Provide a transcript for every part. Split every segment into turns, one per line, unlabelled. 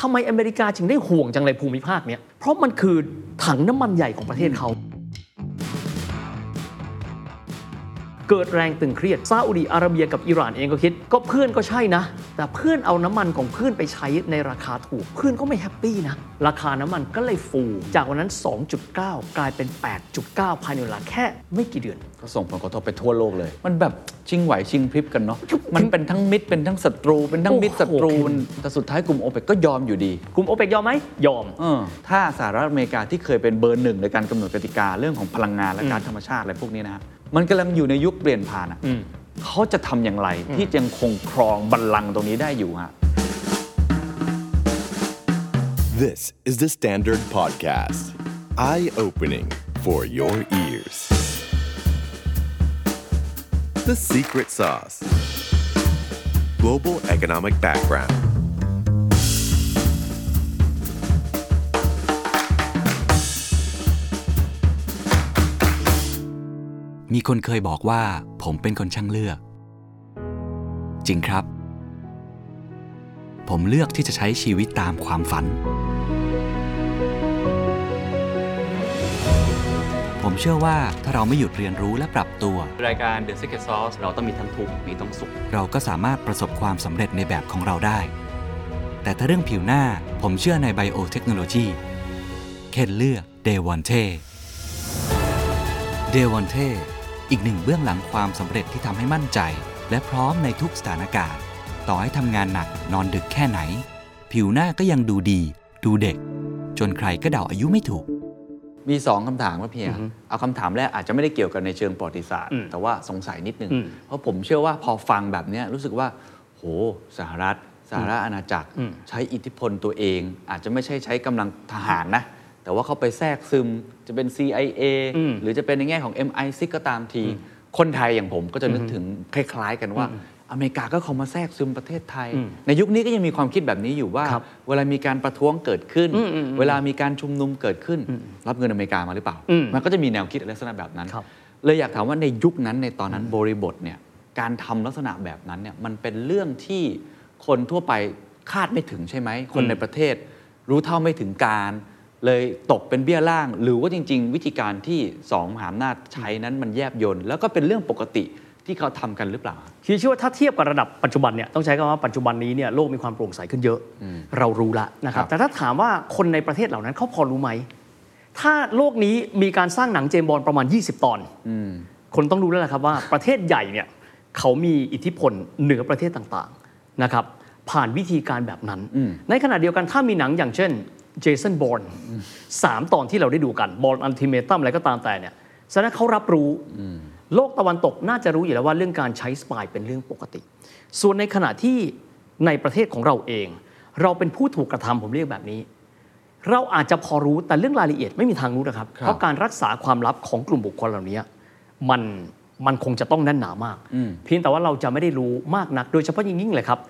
ทำไมอเมริกาจึงได้ห่วงจังเลยภูมิภาคเนี้ยเพราะมันคือถังน้ำมันใหญ่ของประเทศเขา เกิดแรงตึงเครียดซาอุดีอาระเบียกับอิหร่านเองก็คิด ก็เพื่อนก็ใช่นะ แต่เพื่อนเอาน้ำมันของเพื่อนไปใช้ในราคาถูก เพื่อนก็ไม่แฮปปี้นะ ราคาน้ำมันก็เลยฟู จากวันนั้น 2.9 กลายเป็น 8.9 ภายในเวลาแค่ไม่กี่เดือน
ก็ส่งผลกระทบไปทั่วโลกเลย มันแบบชิงไหวชิงพริบกันเนาะ มันเป็นทั้งมิตรเป็นทั้งศัตรู เป็นทั้งมิตรศัตรู
โอ้โห
แต่สุดท้ายกลุ่มโอเปกก็ยอมอยู่ดี
กลุ่มโอเปกยอมไหมยอม
เออถ้าสหรัฐอเมริกาที่เคยเป็นเบอร์หนึ่งในการกำหนดกติกาเรื่องของพลังงานและ
อืม
การธรรมชาติอะไรพวกนี้นะฮะมันกำลังอยู่ในยุคเปลี่ยนผ่านอะ
อืม
เขาจะทำอย่างไรที่ยังคงครองบัลลังก์ตรงนี้ได้อยู่ฮะ
This is the Standard Podcast. Eye opening for your ears. The Secret Sauce Global Economic Background.
ๆ มีคนเคยบอกว่าผมเป็นคนช่างเลือก จริงครับ ผมเลือกที่จะใช้ชีวิตตามความฝัน ผมเชื่อว่าถ้าเราไม่หยุดเรียนรู้และปรับตัว
รายการ The Secret Sauce เราต้องมีทั้งทุกข์มีทั้งสุข
เราก็สามารถประสบความสำเร็จในแบบของเราได้ แต่ถ้าเรื่องผิวหน้าผมเชื่อในไบโอเทคโนโลยีเคนเลือกเดวอนเทเดวอนเทอีกหนึ่งเบื้องหลังความสำเร็จที่ทำให้มั่นใจ และพร้อมในทุกสถานการณ์ ต่อให้ทำงานหนักนอนดึกแค่ไหน ผิวหน้าก็ยังดูดี ดูเด็ก จนใครก็เดาอายุไม่ถูก
มี 2คำถามครับเพีย เอาคำถามแรกอาจจะไม่ได้เกี่ยวกันในเชิงประวัติศาสตร์
อืม
แต่ว่าสงสัยนิดนึง
อืม
เพราะผมเชื่อว่าพอฟังแบบเนี้ยรู้สึกว่า โห สหรัฐ สหรัฐอาณาจักร
อืม
ใช้อิทธิพลตัวเอง อาจจะไม่ใช่ใช้กำลังทหารนะ แต่ว่าเขาไปแทรกซึมจะเป็น CIA
อืม
หรือจะเป็นในแง่ของ MI6 ก็ตามที คนไทยอย่างผมก็จะนึกถึงคล้ายๆ กันว่า อเมริกาก็เข้ามาแทรกซึมประเทศไทย
อืม
ในยุคนี้ก็ยังมีความคิดแบบนี้อยู่ว่า
ครับ
เวลามีการประท้วงเกิดขึ้น
อืมอืมอืม
เวลามีการชุมนุมเกิดขึ้น รับเงินอเมริกามาหรือเปล่า
อืม
มันก็จะมีแนวคิดลักษณะแบบนั้น
ครับ
เลยอยากถามว่าในยุคนั้นในตอนนั้นบริบทเนี่ยการทำลักษณะแบบนั้นเนี่ยมันเป็นเรื่องที่คนทั่วไปคาดไม่ถึงใช่ไหม คน
อืม
ในประเทศ รู้เท่าไม่ถึงการ เลยตกเป็นเบี้ยล่าง หรือว่าจริง ๆ วิธีการที่สองมหาอำนาจใช้นั้นมันแยบยนแล้วก็เป็นเรื่องปกติที่เขาทำกันหรือเปล่า
คือเชื่อว่าถ้าเทียบกับระดับปัจจุบันเนี่ยต้องใช้คำว่าปัจจุบันนี้เนี่ยโลกมีความโปร่งใสขึ้นเยอะ เรารู้ละนะครั
ครับ บ
แต่ถ้าถามว่าคนในประเทศเหล่านั้นเขาพอรู้ไหม ถ้าโลกนี้มีการสร้างหนังเจมส์บอลประมาณ 20 ตอน
อืม
คนต้องรู้แล้วล่ะครับว่า ประเทศใหญ่เนี่ยเขามีอิทธิพลเหนือประเทศต่างๆนะครับผ่านวิธีการแบบนั้น
อืม
ในขณะเดียวกันถ้ามีหนังอย่างเช่นเจสันบอลสามตอนที่เราได้ดูกันบอลอันติเมตัมอะไรก็ตามแต่เนี่ยฉะนั้นเขารับรู้ โลกตะวันตกน่าจะรู้อยู่แล้วว่าเรื่องการใช้สปายเป็นเรื่องปกติ ส่วนในขณะที่ในประเทศของเราเอง เราเป็นผู้ถูกกระทำผมเรียกแบบนี้ เราอาจจะพอรู้แต่เรื่องรายละเอียดไม่มีทางรู้นะครับ
ครับ
เพราะการรักษาความลับของกลุ่มบุคคลเหล่านี้มันมันคงจะต้องแน่นหนามาก เพียงแต่ว่าเราจะไม่ได้รู้มากนัก โดยเฉพาะอย่างยิ่งเลยครับ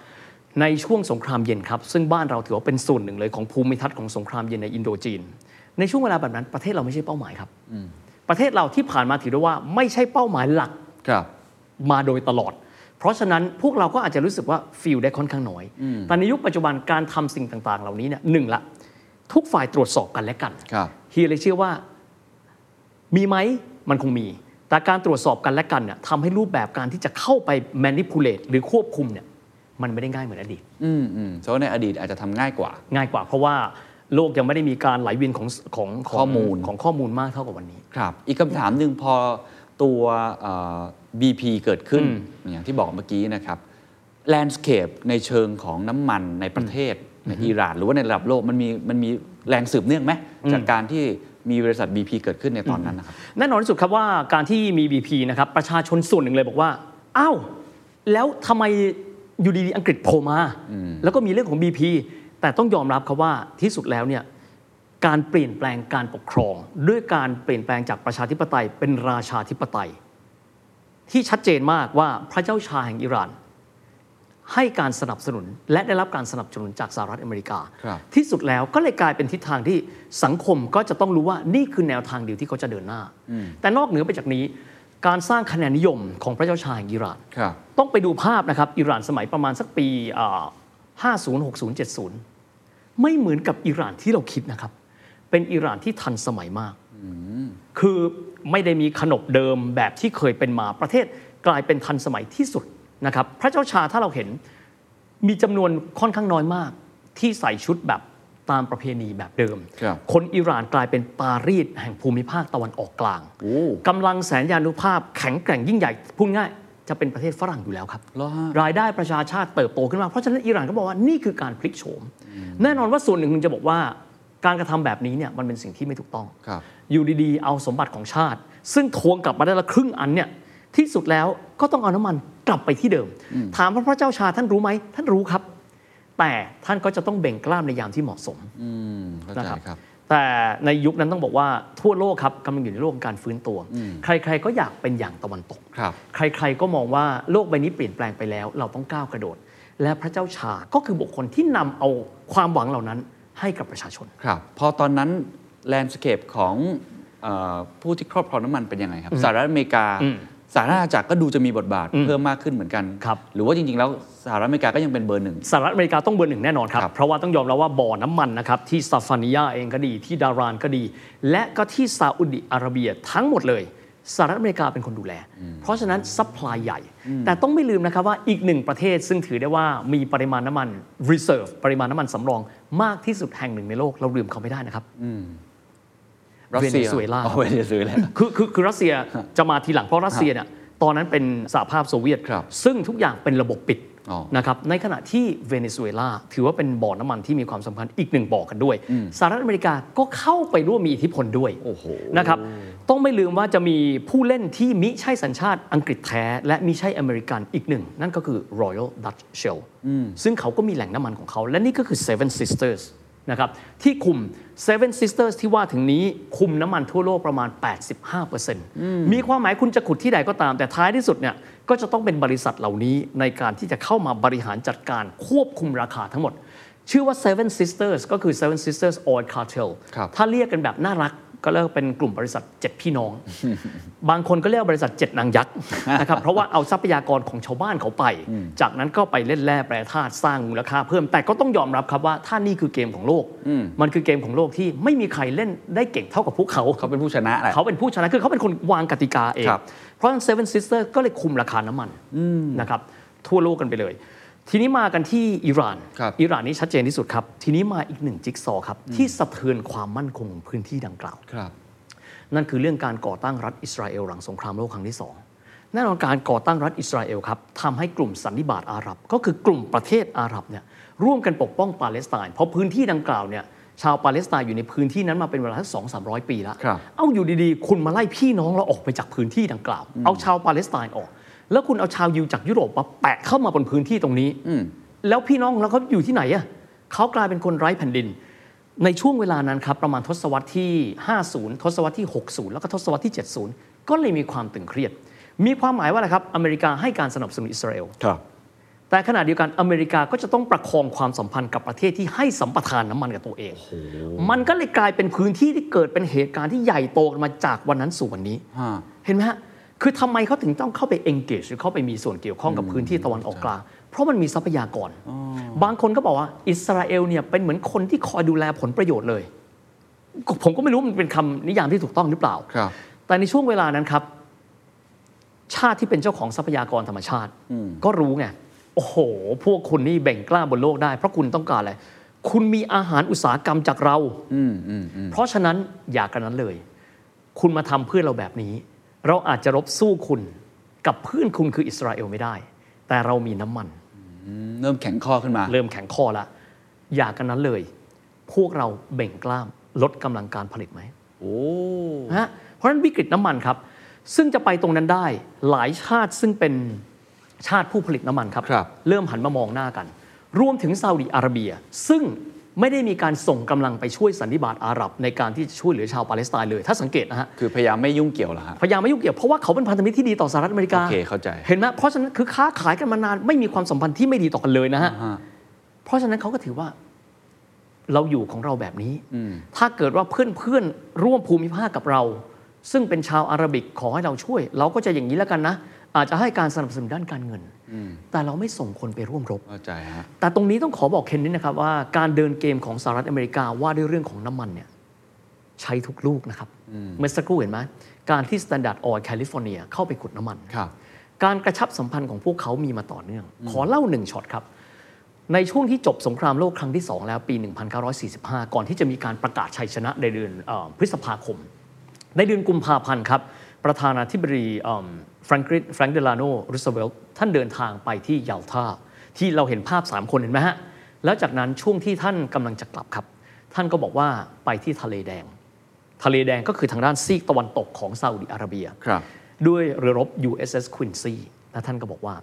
ในช่วงสงครามเย็นครับ ซึ่งบ้านเราถือว่าเป็นส่วนหนึ่งเลยของภูมิทัศน์ของสงครามเย็นในอินโดจีน ในช่วงเวลาแบบนั้นประเทศเราไม่ใช่เป้าหมายครับประเทศเราที่ผ่านมาถือได้ว่าไม่ใช่เป้าหมายหลัก
ครับ
มาโดยตลอด เพราะฉะนั้นพวกเราก็อาจจะรู้สึกว่าฟิลได้ค่อนข้างน้อย แต่ในยุคปัจจุบันการทำสิ่งต่าง ๆ เหล่านี้เนี่ยหนึ่งละ ทุกฝ่ายตรวจสอบกันและกัน
ครับ
เฮียเลยเชื่อว่ามีไหมมันคงมี แต่การตรวจสอบกันและกันเนี่ยทำให้รูปแบบการที่จะเข้าไป manipulate หรือควบคุมเนี่ยมันไม่ได้ง่ายเหมือนอดีต
อืมอืมเพราะว่าในอดีตอาจจะทำง่ายกว่า
ง่ายกว่าเพราะว่าโลกยังไม่ได้มีการไหลเวียนของของง
ข้อมูล
ของข้อมูลมากเท่ากับวันนี้
ครับอีกคำถามหนึ่งพอตัวเอ่อ BP เกิดขึ้น อย่างที่บอกเมื่อกี้นะครับแลนด์สเคปในเชิงของน้ำมันในประเทศในอิหร่าน หรือว่าในระดับโลกมันมีมันมีแรงสืบเนื่องไหมจากการที่มีบริษัท BP เกิดขึ้นในตอนนั้นนะครับ
แน่นอนที่สุดครับว่าการที่มี BP นะครับประชาชนส่วนหนึ่งเลยบอกว่า อ้าว แล้วทำไมอยู่ดีๆ อังกฤษโผล่มา แล้วก็มีเรื่องของ BP แต่ต้องยอมรับครับว่าที่สุดแล้วเนี่ยการเปลี่ยนแปลงการปกครอง ด้วยการเปลี่ยนแปลงจากประชาธิปไตยเป็นราชาธิปไตย ที่ชัดเจนมากว่าพระเจ้าชายแห่งอิหร่าน ให้การสนับสนุนและได้รับการสนับสนุนจากสหรัฐอเมริกา
ครับ
ที่สุดแล้วก็เลยกลายเป็นทิศทางที่สังคมก็จะต้องรู้ว่านี่คือแนวทางเดียวที่เขาจะเดินหน้า แต่นอกเหนือไปจากนี้ การสร้างคะแนนนิยมของพระเจ้าชายแห่งอิหร่าน
ครับ
ต้องไปดูภาพนะครับ อิหร่านสมัยประมาณสักปีอ่า50 60 70 ไม่เหมือนกับอิหร่านที่เราคิดนะครับ เป็นอิหร่านที่ทันสมัยมาก คือไม่ได้มีขนบเดิมแบบที่เคยเป็นมาประเทศกลายเป็นทันสมัยที่สุดนะครับ พระเจ้าชาถ้าเราเห็นมีจำนวนค่อนข้างน้อยมาก ที่ใส่ชุดแบบตามประเพณีแบบเดิม
ครับ
นอิหร่านกลายเป็นปารีสแห่งภูมิภาคตะวันออกกลาง
โอ้
กำลังแสนยานุภาพแข็งแกร่งยิ่งใหญ่พูดง่ายจะเป็นประเทศฝรั่งอยู่แล้วครับ
เหรอฮะ
รายได้ประชาชาติเติบโตขึ้นมา เพราะฉะนั้นอิหร่านก็บอกว่านี่คือการพลิกโฉม แน่นอนว่าส่วนหนึ่งคุณจะบอกว่าการกระทำแบบนี้เนี่ยมันเป็นสิ่งที่ไม่ถูกต้อง
ครับ
อยู่ดีๆ เอาสมบัติของชาติ ซึ่งทวงกลับมาได้ละครึ่งอันเนี่ยที่สุดแล้วก็ต้องเอาน้ำมันกลับไปที่เดิม ถามว่าพระเจ้าชาท่านรู้ไหมท่านรู้ครับ แต่ท่านก็จะต้องเบ่งกล้ามในยามที่เหมาะสม
อืมเข้าใจ
นะครับ
ครับ
แต่ในยุคนั้นต้องบอกว่าทั่วโลกครับกำลังอยู่ในโลกของการฟื้นตัว ใคร ๆ ก็อยากเป็นอย่างตะวันตก
ครับ
ใครๆ ก็มองว่าโลกใบนี้เปลี่ยนแปลงไปแล้ว เราต้องก้าวกระโดด และพระเจ้าชาก็คือบุคคลที่นำเอาความหวังเหล่านั้นให้กับประชาชน
ครับ พอตอนนั้นแลนด์สเคปของเอ่อผู้ที่ครอบครองน้ำมันเป็นยังไงครับสหรัฐอเมริกา
อืม
สหรัฐอาณาจักรก็ดูจะมีบทบาทเพิ่มมากขึ้นเหมือนกัน
ครับ
หรือว่าจริง ๆ แล้วสหรัฐอเมริกาก็ยังเป็นเบอร์หนึ่ง
สหรัฐอเมริกาต้องเบอร์หนึ่งแน่นอนครับ
ครับ
เพราะว่าต้องยอมรับวว่าบ่อน้ำมันนะครับ ที่ซาฟานิยาเองก็ดีที่ดารานก็ดี และก็ที่ซาอุดิอาระเบียทั้งหมดเลยสหรัฐอเมริกาเป็นคนดูแล เพราะฉะนั้นซัพพลายใหญ่ แต่ต้องไม่ลืมนะครับว่าอีกหนึ่งประเทศซึ่งถือได้ว่ามีปริมาณน้ำมัน reserve ปริมาณน้ำมันสำรองมากที่สุดแห่งหนึ่งในโลกเราลืมเขาไม่ได้นะครับ
รัสเซีย
เวเนซุเอลา
อ๋อเวเนซุเอลา
คือคือคือรัสเซียจะมาทีหลังเพราะรัสเซียเนี่ยตอนนั้นเป็นสหภาพโซเวียต
ครับ
ซึ่งทุกอย่างเป็นระบบปิด
อ๋อ
นะครับในขณะที่เวเนซุเอลาถือว่าเป็นบ่อน้ำมันที่มีความสำคัญอีกหนึ่งบ่อกันด้วยสหรัฐอเมริกาก็เข้าไปร่วมมีอิทธิพลด้วย
โอ้โห
นะครับต้องไม่ลืมว่าจะมีผู้เล่นที่มิใช่สัญชาติอังกฤษแท้ และมิใช่อเมริกันอีกหนึ่ง นั่นก็คือ Royal Dutch Shell ซึ่งเขาก็มีแหล่งน้ำมันของเขา และนี่ก็คือ Seven Sisters นะครับที่คุม Seven Sisters ที่ว่าถึงนี้คุมน้ำมันทั่วโลกประมาณ 85%มีความหมายคุณจะขุดที่ใดก็ตาม แต่ท้ายที่สุดเนี่ยก็จะต้องเป็นบริษัทเหล่านี้ในการที่จะเข้ามาบริหารจัดการควบคุมราคาทั้งหมด ชื่อว่า Seven Sisters ก็คือ Seven Sisters Oil Cartel
ครับ
ถ้าเรียกกันแบบน่ารักก็เรียกเป็นกลุ่มบริษัท 7 พี่น้อง บางคนก็เรียกว่าบริษัท 7 นาง ยักษ์ นะครับเพราะว่าเอาทรัพยากรของชาวบ้านเขาไป จากนั้นก็ไปเล่นแร่แปรธาตุสร้างมูลค่าเพิ่มแต่ก็ต้องยอมรับครับว่าถ้านี่คือเกมของโลก มันคือเกมของโลกที่ไม่มีใครเล่นได้เก่งเท่ากับพวกเขา
เขาเป็นผู้ชนะแหละ
เขาเป็นผู้ชนะ คือเขาเป็นคนวางกติกาเอง
ครับ
เพราะฉะนั้น Seven Sister ก็เลยคุมราคาน้ำมันนะครับทั่วโลกกันไปเลย ทีนี้มากันที่อิหร่าน
ครับ
อิหร่านนี่ชัดเจนที่สุดครับ ทีนี้มาอีกหนึ่งจิ๊กซอว์ครับ ที่สะเทือนความมั่นคงของพื้นที่ดังกล่าว
ครับ
นั่นคือเรื่องการก่อตั้งรัฐอิสราเอลหลังสงครามโลกครั้งที่สองแน่นอนการก่อตั้งรัฐอิสราเอลครับทำให้กลุ่มสันนิบาตอาหรับ ก็คือกลุ่มประเทศอาหรับเนี่ยร่วมกันปกป้องปาเลสไตน์เพราะพื้นที่ดังกล่าวเนี่ยชาวปาเลสไตน์อยู่ในพื้นที่นั้นมาเป็นเวลาทั้งสองสามร้อยปีแล้ว
ครับ
เอาอยู่ดีๆ คุณมาไล่พี่น้องเราออกไปจากพื้นที่ดังกล่าว เอาชาวปาเลสไตน์ออก แล้วคุณเอาชาวยิวจากยุโรปมาแปะเข้ามาบนพื้นที่ตรงนี้ แล้วพี่น้องของเราเขาอยู่ที่ไหนอ่ะเขากลายเป็นคนไร้แผ่นดิน ในช่วงเวลานั้นครับ ประมาณทศวรรษที่ 50 ทศวรรษที่ 60 แล้วก็ทศวรรษที่ 70 ก็เลยมีความตึงเครียด มีความหมายว่าอะไรครับ อเมริกาให้การสนับสนุนอิสราเอล
ครับ
แต่ขณะเดียวกันอเมริกาก็จะต้องประคองความสัมพันธ์กับประเทศที่ให้สัมปทานน้ำมันกับตัวเอง มันก็เลยกลายเป็นพื้นที่ที่เกิดเป็นเหตุการณ์ที่ใหญ่โตกันมาจากวันนั้นสู่วันนี้
ฮะ
เห็นไหมฮะ คือทำไมเขาถึงต้องเข้าไป engage หรือเข้าไปมีส่วนเกี่ยวข้องกับพื้นที่ตะวันออกกลาง เพราะมันมีทรัพยากร บางคนก็บอกว่าอิสราเอลเนี่ยเป็นเหมือนคนที่คอยดูแลผลประโยชน์เลย ผมก็ไม่รู้มันเป็นคำนิยามที่ถูกต้องหรือเปล่า
ครับ
แต่ในช่วงเวลานั้นครับ ชาติที่เป็นเจ้าของทรัพยากรธรรมชาติ ก็รู้ไง โอ้โห พวกคุณนี่แบ่งกล้าบนโลกได้ เพราะคุณต้องการอะไร คุณมีอาหารอุตสาหกรรมจากเรา
อืมอืมอืม
เพราะฉะนั้นอย่ากันนั้นเลย คุณมาทำเพื่อนเราแบบนี้ เราอาจจะรบสู้คุณกับเพื่อนคุณคืออิสราเอลไม่ได้ แต่เรามีน้ำมัน
เริ่มแข็งข้อขึ้นมา
เริ่มแข็งคอละอย่ากันนั้นเลย พวกเราเบ่งกล้ามลดกำลังการผลิตไหม
โอ้
นะฮะเพราะฉะนั้นวิกฤตน้ำมันครับ ซึ่งจะไปตรงนั้นได้หลายชาติซึ่งเป็นชาติผู้ผลิตน้ำมันครับ
ครับ
เริ่มหันมามองหน้ากัน รวมถึงซาอุดิอาระเบีย ซึ่งไม่ได้มีการส่งกำลังไปช่วยสันนิบาตอาหรับ ในการที่จะช่วยเหลือชาวปาเลสไตน์เลย ถ้าสังเกตนะฮะ
คือพยายามไม่ยุ่งเกี่ยวเหรอฮะ
พยายามไม่ยุ่งเกี่ยวเพราะว่าเขาเป็นพันธมิตรที่ดีต่อสหรัฐอเมริกา
โอเคเข้าใจ
นไหมเพราะฉะนั้นคือค้าขายกันมานานไม่มีความสัมพันธ์ที่ไม่ดีต่อกันเลยนะฮะ
ฮะ
เพราะฉะนั้นเขาก็ถือว่าเราอยู่ของเราแบบนี้ ถ้าเกิดว่าเพื่อนๆ ร่วมภูมิภาคกับเรา ซึ่งเป็นชาวอาหรับิกขอให้เราช่วย เราก็จะอย่างนี้แล้วกันนะ อาจจะให้การสนับสนุนด้านการเงิน แต่เราไม่ส่งคนไปร่วมรบ
เข้าใจฮะ
แต่ตรงนี้ต้องขอบอกเคนนิดนะครับว่าการเดินเกมของสหรัฐอเมริกาว่าด้วยเรื่องของน้ำมันเนี่ยใช้ทุกลูกนะครับ เมื่อสักครู่เห็นไหมการที่ Standard Oil California เข้าไปขุดน้ำมัน
ครับ
การกระชับสัมพันธ์ของพวกเขามีมาต่อเนื่อง ขอเล่าหนึ่งช็อตครับ ในช่วงที่จบสงครามโลกครั้งที่ 2 แล้วปี 1945 ก่อนที่จะมีการประกาศชัยชนะในเดือนเอ่อพฤษภาคม ในเดือนกุมภาพันธ์ครับ ประธานาธิบดีแฟรงกินแฟรงเดลาโนรูสเวลท่านเดินทางไปที่ยาลทาที่เราเห็นภาพ 3 คนเห็นไหมฮะ แล้วจากนั้นช่วงที่ท่านกำลังจะกลับครับ ท่านก็บอกว่าไปที่ทะเลแดง ทะเลแดงก็คือทางด้านซีกตะวันตกของซาอุดิอาระเบีย
ครับ
ด้วยเรือรบ USS Quincy และท่านก็บอกว่า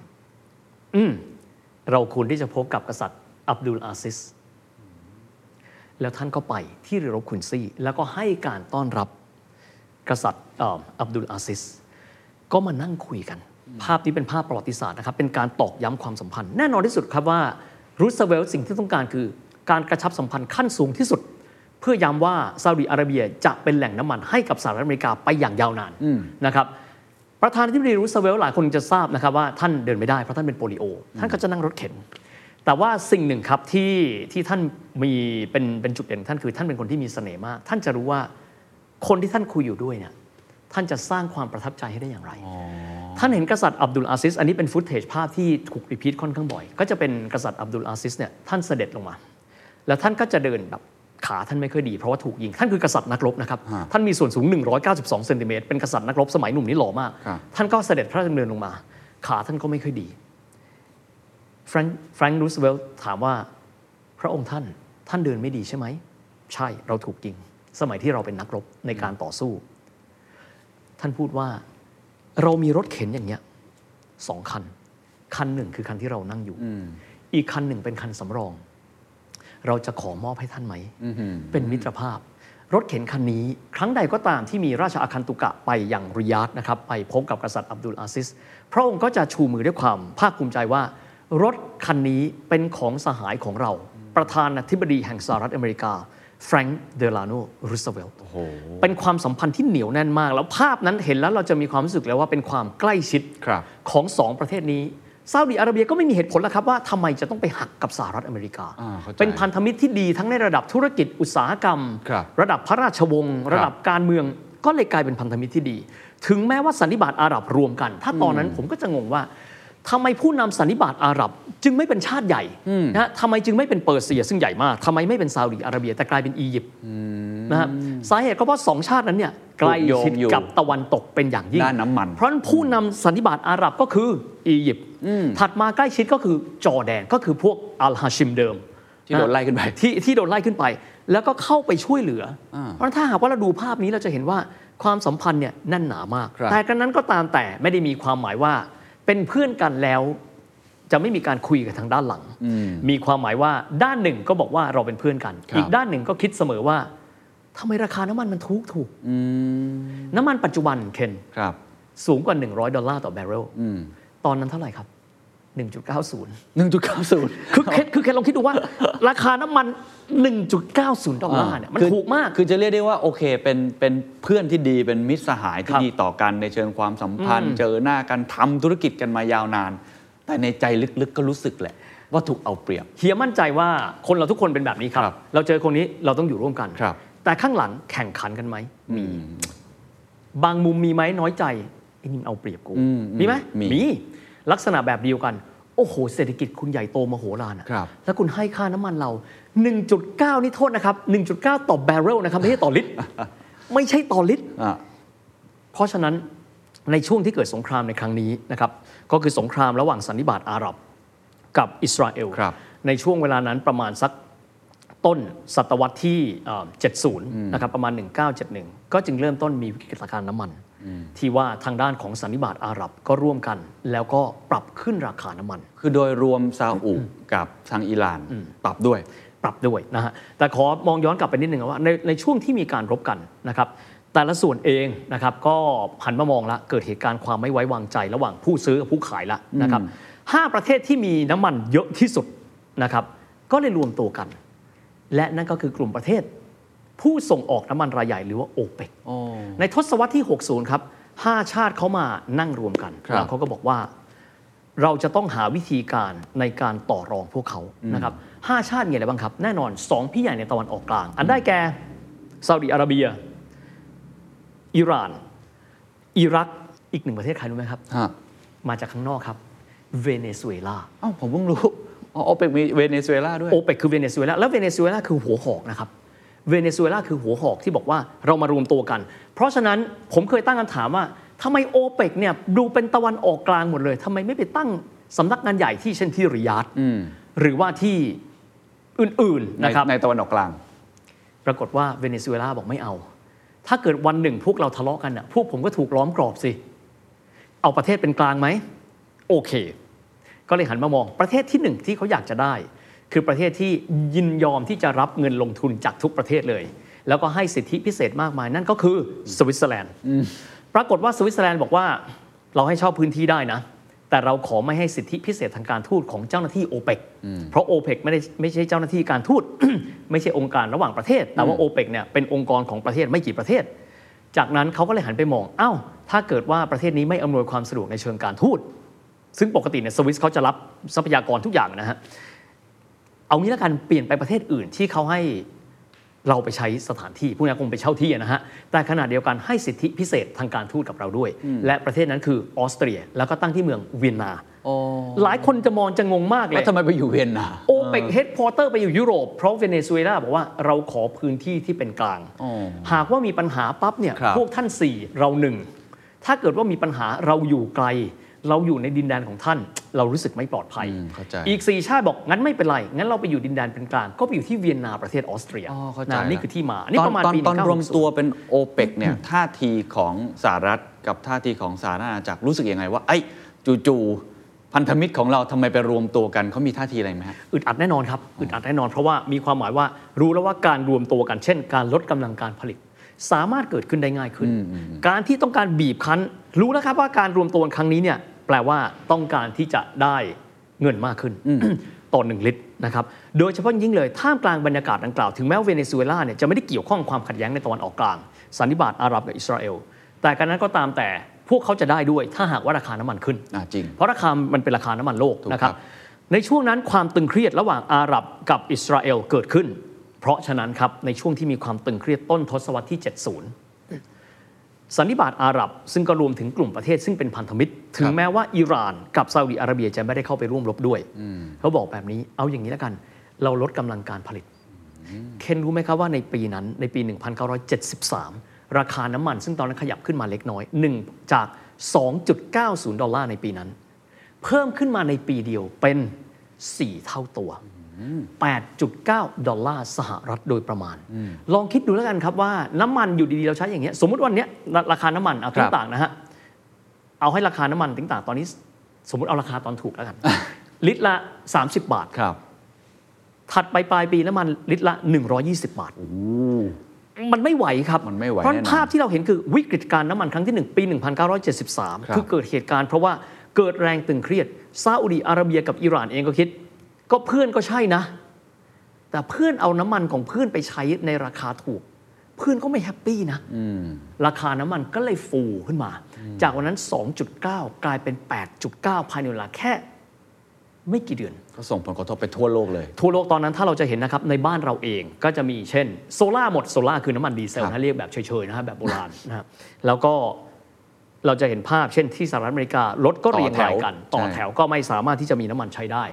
อืม เราควรที่จะพบกับกษัตริย์อับดุลอาซิส แล้วท่านก็ไปที่เรือรบ Quincy แล้วก็ให้การต้อนรับกษัตริย์เอ่ออับดุลอาซิส ก็มานั่งคุยกัน ภาพนี้เป็นภาพประวัติศาสตร์นะครับ เป็นการตอกย้ำความสัมพันธ์ แน่นอนที่สุดครับว่ารูสเวลต์สิ่งที่ต้องการคือ การกระชับสัมพันธ์ขั้นสูงที่สุด เพื่อย้ำว่าซาอุดิอาระเบียจะเป็นแหล่งน้ำมันให้กับสหรัฐอเมริกาไปอย่างยาวนานนะครับ ประธานาธิบดีรูสเวลต์หลายคนจะทราบนะครับว่าท่านเดินไม่ได้เพราะท่านเป็นโปลิโอ ท่านก็จะนั่งรถเข็น แต่ว่าสิ่งหนึ่งครับที่ที่ท่านมีเป็นเป็นจุดเด่นของท่านคือท่านเป็นคนที่มีเสน่ห์มาก ท่านจะรู้ว่าคนที่ท่านคุยอยู่ด้วยเนี่ยท่านจะสร้างความประทับใจให้ได้อย่างไร ท่านเห็นกษัตริย์อับดุลอาซิส อันนี้เป็นฟุตเทจภาพที่ถูกรีพีทค่อนข้างบ่อย ก็จะเป็นกษัตริย์อับดุลอาซิสเนี่ยท่านเสด็จลงมา แล้วท่านก็จะเดินแบบขาท่านไม่ค่อยดี เพราะว่าถูกยิง ท่านคือกษัตริย์นักรบนะครับ ท่านมีส่วนสูง 192 เซนติเมตรเป็นกษัตริย์นักรบสมัยหนุ่มนี่หล่อมาก
ครับ
ท่านก็เสด็จพระราชดำเนินลงมา ขาท่านก็ไม่ค่อยดี แฟรงค์แฟรงค์รูสเวลต์ถามว่าพระองค์ท่านท่านเดินไม่ดีใช่ไหม ใช่เราถูกยิง สมัยที่เราเป็นนักรบในการต่อสู้ ท่านพูดว่าเรามีรถเข็นอย่างเนี้ยสองคัน คันหนึ่งคือคันที่เรานั่งอยู่ อีกคันหนึ่งเป็นคันสำรอง เราจะขอมอบให้ท่านไหม เป็นมิตรภาพ รถเข็นคันนี้ ครั้งใดก็ตามที่มีราชอาคันตุกะไปยังริยาดนะครับ ไปพบกับกษัตริย์อับดุลอาซิส พระองค์ก็จะชูมือด้วยความภาคภูมิใจว่า รถคันนี้เป็นของสหายของเรา ประธานาธิบดีแห่งสหรัฐอเมริกาแฟรงค์เดลาโนรูสเวลต์ เป็นความสัมพันธ์ที่เหนียวแน่นมาก แล้วภาพนั้นเห็นแล้วเราจะมีความรู้สึกเลยว่าเป็นความใกล้ชิด
ครับ
ของสองประเทศนี้ซาอุดิอาระเบียก็ไม่มีเหตุผลแล้วครับว่าทำไมจะต้องไปหักกับสหรัฐอเมริกา
อ่าเข้าใจ
เป็นพันธมิตรที่ดีทั้งในระดับธุรกิจอุตสาหกรรม
ครับ
ระดับพระราชวงศ์ระดับการเมืองก็เลยกลายเป็นพันธมิตรที่ดี ถึงแม้ว่าสันนิบาตอาหรับรวมกัน ถ้าตอนนั้นผมก็จะงงว่าทำไมผู้นำสันนิบาตอาหรับจึงไม่เป็นชาติใหญ่นะฮะทำไมจึงไม่เป็นเปอร์เซีย ซึ่งใหญ่มากทำไมไม่เป็นซาอุดิอาระเบียแต่กลายเป็นอียิปต์ นะครับสาเหตุก็เพราะสองชาตินั้นเนี่ยใกล้ชิดกับตะวันตกเป็นอย่างยิ่ง
ด้านน้ำมัน
เพราะฉะผู้นำสันนิบาตอาหรับก็คืออียิปต์ถัดมาใกล้ชิดก็คือจอร์แดนก็คือพวกอัลฮาชิมเดิม
ที่โดนไล่ขึ้นไป
ที่ที่โดนไล่ขึ้นไป แล้วก็เข้าไปช่วยเหลืออเพราะฉะนั้นถ้าหากว่าเราดูภาพนี้เราจะเห็นว่าความสัมพันธ์เนี่ยแน่นหนามาก
ครับ
แต่กันนั้นก็ตามแต่ไม่ได้มีความหมายว่าเป็นเพื่อนกันแล้ว จะไม่มีการคุยกันทางด้านหลัง มีความหมายว่าด้านหนึ่งก็บอกว่าเราเป็นเพื่อนกัน อีกด้านหนึ่งก็คิดเสมอว่าทำไมราคาน้ำมันมันถูกถูกน้ำมันปัจจุบันเคน
ครับ
สูงกว่า 100 ดอลลาร์ต่อแบเรลตอนนั้นเท่าไหร่ครับ 1.90
1.90
คือเคสคือเคสลองคิดดูว่า ราคาน้ำมัน 1.90 ดอลลาร์เนี่ยมัน
คื
ถูกมาก
คือจะเรียกได้ว่าโอเคเป็นเป็นเพื่อนที่ดีเป็นมิตรสหายที่
ครับ
ดีต่อกันในเชิงความสัมพันธ์ เจอหน้ากันทำธุรกิจกันมายาวนาน แต่ในใจลึกๆก็รู้สึกแหละ ว่าถูกเอาเปรียบ
เฮียมั่นใจว่าคนเราทุกคนเป็นแบบนี้ครับ
ครับ
เราเจอคนนี้เราต้องอยู่ร่วมกัน
ครับ
แต่ข้างหลังแข่งขันกันไหม มี บางมุมมีไหมน้อยใจไอ้นี่มันเอาเปรียบกู มีไหม
มี
ลักษณะแบบเดียวกัน โอ้โห เศรษฐกิจคุณใหญ่โตมโหฬารนะครับ แล้วคุณให้ค่าน้ำมันเรา 1.9 นี่โทษนะครับ 1.9 ต่อแบเรลนะครับไม่ใช่ต่อลิต ร ไม่ใช่ต่อลิตร
อ่ะ
เพราะฉะนั้นในช่วงที่เกิดสงครามในครั้งนี้นะครับก็คือสงครามระหว่างสันนิบาตอาหรับกับอิสราเอล
ครับ
ในช่วงเวลานั้นประมาณสักต้นศตวรรษที่เอ่อ70 นะครับประมาณ 1971 ก็จึงเริ่มต้นมีวิกฤตการณ์น้ำมัน ที่ว่าทางด้านของสันนิบาตอาหรับก็ร่วมกัน แล้วก็ปรับขึ้นราคาน้ำมัน
คือโดยรวมซาอุกับทางอิหร่านปรับด้วย
ปรับด้วยนะฮะ แต่ขอมองย้อนกลับไปนิดหนึ่งว่าในในช่วงที่มีการรบกันนะครับ แต่ละส่วนเองนะครับก็หันมามองละเกิดเหตุการณ์ความไม่ไว้วางใจระหว่างผู้ซื้อกับผู้ขายละนะครับห้าประเทศที่มีน้ำมันเยอะที่สุดนะครับ ก็เลยรวมตัวกัน และนั่นก็คือกลุ่มประเทศ ผู้ส่งออกน้ำมันรายใหญ่หรือว่าโอเปกในทศวรรษที่ 60 ครับ ห้าชาติเขามานั่งรวมกัน
ครับ
แล้วเขาก็บอกว่า เราจะต้องหาวิธีการในการต่อรองพวกเขานะครับห้าชาติมีอะไรบ้างครับ แน่นอนสองพี่ใหญ่ในตะวันออกกลาง อันได้แก่ซาอุดิอาระเบีย อิหร่าน อิรักอีกหนึ่งประเทศใครรู้ไหมครับ
ฮะ
มาจากข้างนอกครับ เวเนซุเอลา
เอ้าผมเพิ่งรู้อ๋อโอเปกมีเวเนซุเอลาด้วย
โอเปกคือเวเนซุเอลาแล้วเวเนซุเอลาคือหัวหอกนะครับ เวเนซุเอลาคือหัวหอกที่บอกว่าเรามารวมตัวกัน เพราะฉะนั้นผมเคยตั้งคำถามว่าทำไมโอเปกเนี่ยดูเป็นตะวันออกกลางหมดเลยทำไมไม่ไปตั้งสำนักงานใหญ่ที่เช่นที่ริยาด
อืม
หรือว่าที่อื่นๆ
ใน
นะครับ
ในตะวันออกกลาง
ปรากฏว่าเวเนซุเอลาบอกไม่เอา ถ้าเกิดวันหนึ่งพวกเราทะเลาะกันน่ะพวกผมก็ถูกล้อมกรอบสิ เอาประเทศเป็นกลางไหม โอเค ก็เลยหันมามองประเทศที่หนึ่งที่เขาอยากจะได้ คือประเทศที่ยินยอมที่จะรับเงินลงทุนจากทุกประเทศเลย แล้วก็ให้สิทธิพิเศษมากมายนั่นก็คือสวิตเซอร์แลนด์ปรากฏว่าสวิตเซอร์แลนด์บอกว่าเราให้เช่าพื้นที่ได้นะ แต่เราขอไม่ให้สิทธิพิเศษทางการทูตของเจ้าหน้าที่โอเปกเพราะโอเปกไม่ได้ไม่ใช่เจ้าหน้าที่การทูต ไม่ใช่องค์การระหว่างประเทศ แต่ว่าโอเปกเนี่ยเป็นองค์กรของประเทศไม่กี่ประเทศ จากนั้นเขาก็เลยหันไปมองอ้าวถ้าเกิดว่าประเทศนี้ไม่อำนวยความสะดวกในเชิงการทูต ซึ่งปกติเนี่ยสวิสเขาจะรับทรัพยากรทุกอย่างนะฮะ เอางี้ละกันเปลี่ยนไปประเทศอื่นที่เขาให้เราไปใช้สถานที่พวกนี้คงไปเช่าที่อะนะฮะ แต่ขณะเดียวกันให้สิทธิพิเศษทางการทูตกับเราด้วย และประเทศนั้นคือออสเตรีย แล้วก็ตั้งที่เมืองเวียนนา หลายคนจะมองจะงงมากเล
แล้ว
ย
ทำไมไปอยู่เวียนนา
โอเปกเฮดพอเตอร์ไปอยู่ยุโรป เพราะเวเนซุเอลาบอกว่าเราขอพื้นที่ที่เป็นกลาง
อ๋อ
หากว่ามีปัญหาปั๊บเนี่ย
ครับ
พวกท่าน 4 เราหนึ่งถ้าเกิดว่ามีปัญหาเราอยู่ไกล เราอยู่ในดินแดนของท่าน เรารู้สึกไม่ปลอดภัย
อืมเข้าใจ
อีก 4 ชาติบอก งั้นไม่เป็นไร งั้นเราไปอยู่ดินแดนเป็นกลาง ก็ไปอยู่ที่เวียนนาประเทศออสเตรีย
อ๋อเข้าใจ
นะนี่
ละ
คือที่มา นี่
ตอ
ประมาณ
ตอน
ปี
ตอนรวม
1960
ตัวเป็นโอเปกเนี่ยท่าทีของสหรัฐกับท่าทีของสาธารณรัฐจักรรู้สึกยังไงว่าไอ้ยจู่ๆพันธมิตรของเราทำไมไปรวมตัวกันเขามีท่าทีอะไรไหมฮะ
อึดอัดแน่นอนครับอึดอัดแน่นอนเพราะว่ามีความหมายว่ารู้แล้วว่าการรวมตัวกันเช่น การลดกำลังการผลิต สามารถเกิดขึ้นได้ง่ายขึ้น การที่ต้องการบีบคั้น รู้แล้วครับว่าการรวมตัวกันครั้งนี้เนี่ยแปลว่าต้องการที่จะได้เงินมากขึ้น ต่อหนึ่งลิตรนะครับโดยเฉพาะยิ่งเลยท่ามกลางบรรยากาศดังกล่าวถึงแม้เวเนซุเอลาเนี่ยจะไม่ได้เกี่ยวข้องความขัดแย้งในตะวันออกกลางสันนิบาตอาหรับกับอิสราเอลแต่การนั้นก็ตามแต่พวกเขาจะได้ด้วยถ้าหากว่าราคาน้ำมันขึ้น
อ่าจริง
เพราะราคา มันเป็นราคาน้ำมันโลก
ถูกครับ
นะครับ ในช่วงนั้นความตึงเครียดระหว่างอาหรับกับอิสราเอลเกิดขึ้น เพราะฉะนั้นครับในช่วงที่มีความตึงเครียดต้นทศวรรษที่ 70 สันนิบาตอาหรับซึ่งก็รวมถึงกลุ่มประเทศซึ่งเป็นพันธมิตร ถึงแม้ว่าอิหร่านกับซาอุดิอาระเบียจะไม่ได้เข้าไปร่วมรบด้วย เขาบอกแบบนี้เอาอย่างนี้แล้วกัน เราลดกำลังการผลิต เคนรู้ไหมครับว่าในปีนั้นในปี 1973 ราคาน้ำมัน ซึ่งตอนนั้นขยับขึ้นมาเล็กน้อย1จาก 2.90 ดอลลาร์ในปีนั้น เพิ่มขึ้นมาในปีเดียวเป็น 4 เท่าตัว 8.9 ดอลลาร์สหรัฐโดยประมาณ ลองคิดดูแล้วกันครับว่าน้ำมันอยู่ดี ๆ เราใช้อย่างเงี้ยสมมุติวันเนี้ยราราคาน้ำมันเอา
ครับ
ต่างๆนะฮะ เอาให้ราคาน้ำมันต่างๆ ตอนนี้ สมมติเอาราคาตอนถูกแล้วกัน ลิตรละ 30 บาท
ครับ
ถัดไปปลายปีน้ำมันลิตรละ 120 บาท มันไม่ไหวครับ
มันไม่ไหว
เพราะ
แน่นอน
ภาพที่เราเห็นคือวิกฤตการณ์น้ำมันครั้งที่ 1 ปี
ครับ
1973 คือเกิดเหตุการณ์เพราะว่าเกิดแรงตึงเครียดซาอุดีอาระเบียกับอิหร่านเองก็คิด ก็เพื่อนก็ใช่นะ แต่เพื่อนเอาน้ำมันของเพื่อนไปใช้ในราคาถูก เพื่อนก็ไม่แฮปปี้นะ ราคาน้ำมันก็เลยฟูขึ้นมา จากวันนั้น 2.9 กลายเป็น 8.9 ภายในเวลาแค่ ไม่กี่เดือน
ก็ส่งผลกระทบไปทั่วโลกเลย
ทั่วโลกตอนนั้นถ้าเราจะเห็นนะครับ ในบ้านเราเองก็จะมีเช่น โซล่าหมดโซล่าคือน้ำมันดีเซล
ครับ
นะเรียกแบบเฉยๆนะฮะแบบโบราณนะฮะแล้วก็เราจะเห็นภาพเช่นที่สหรัฐอเมริการถก็เรียงรายกัน ต่อแถวก็ไม่สามารถที่จะมีน้ำมันใช้ได้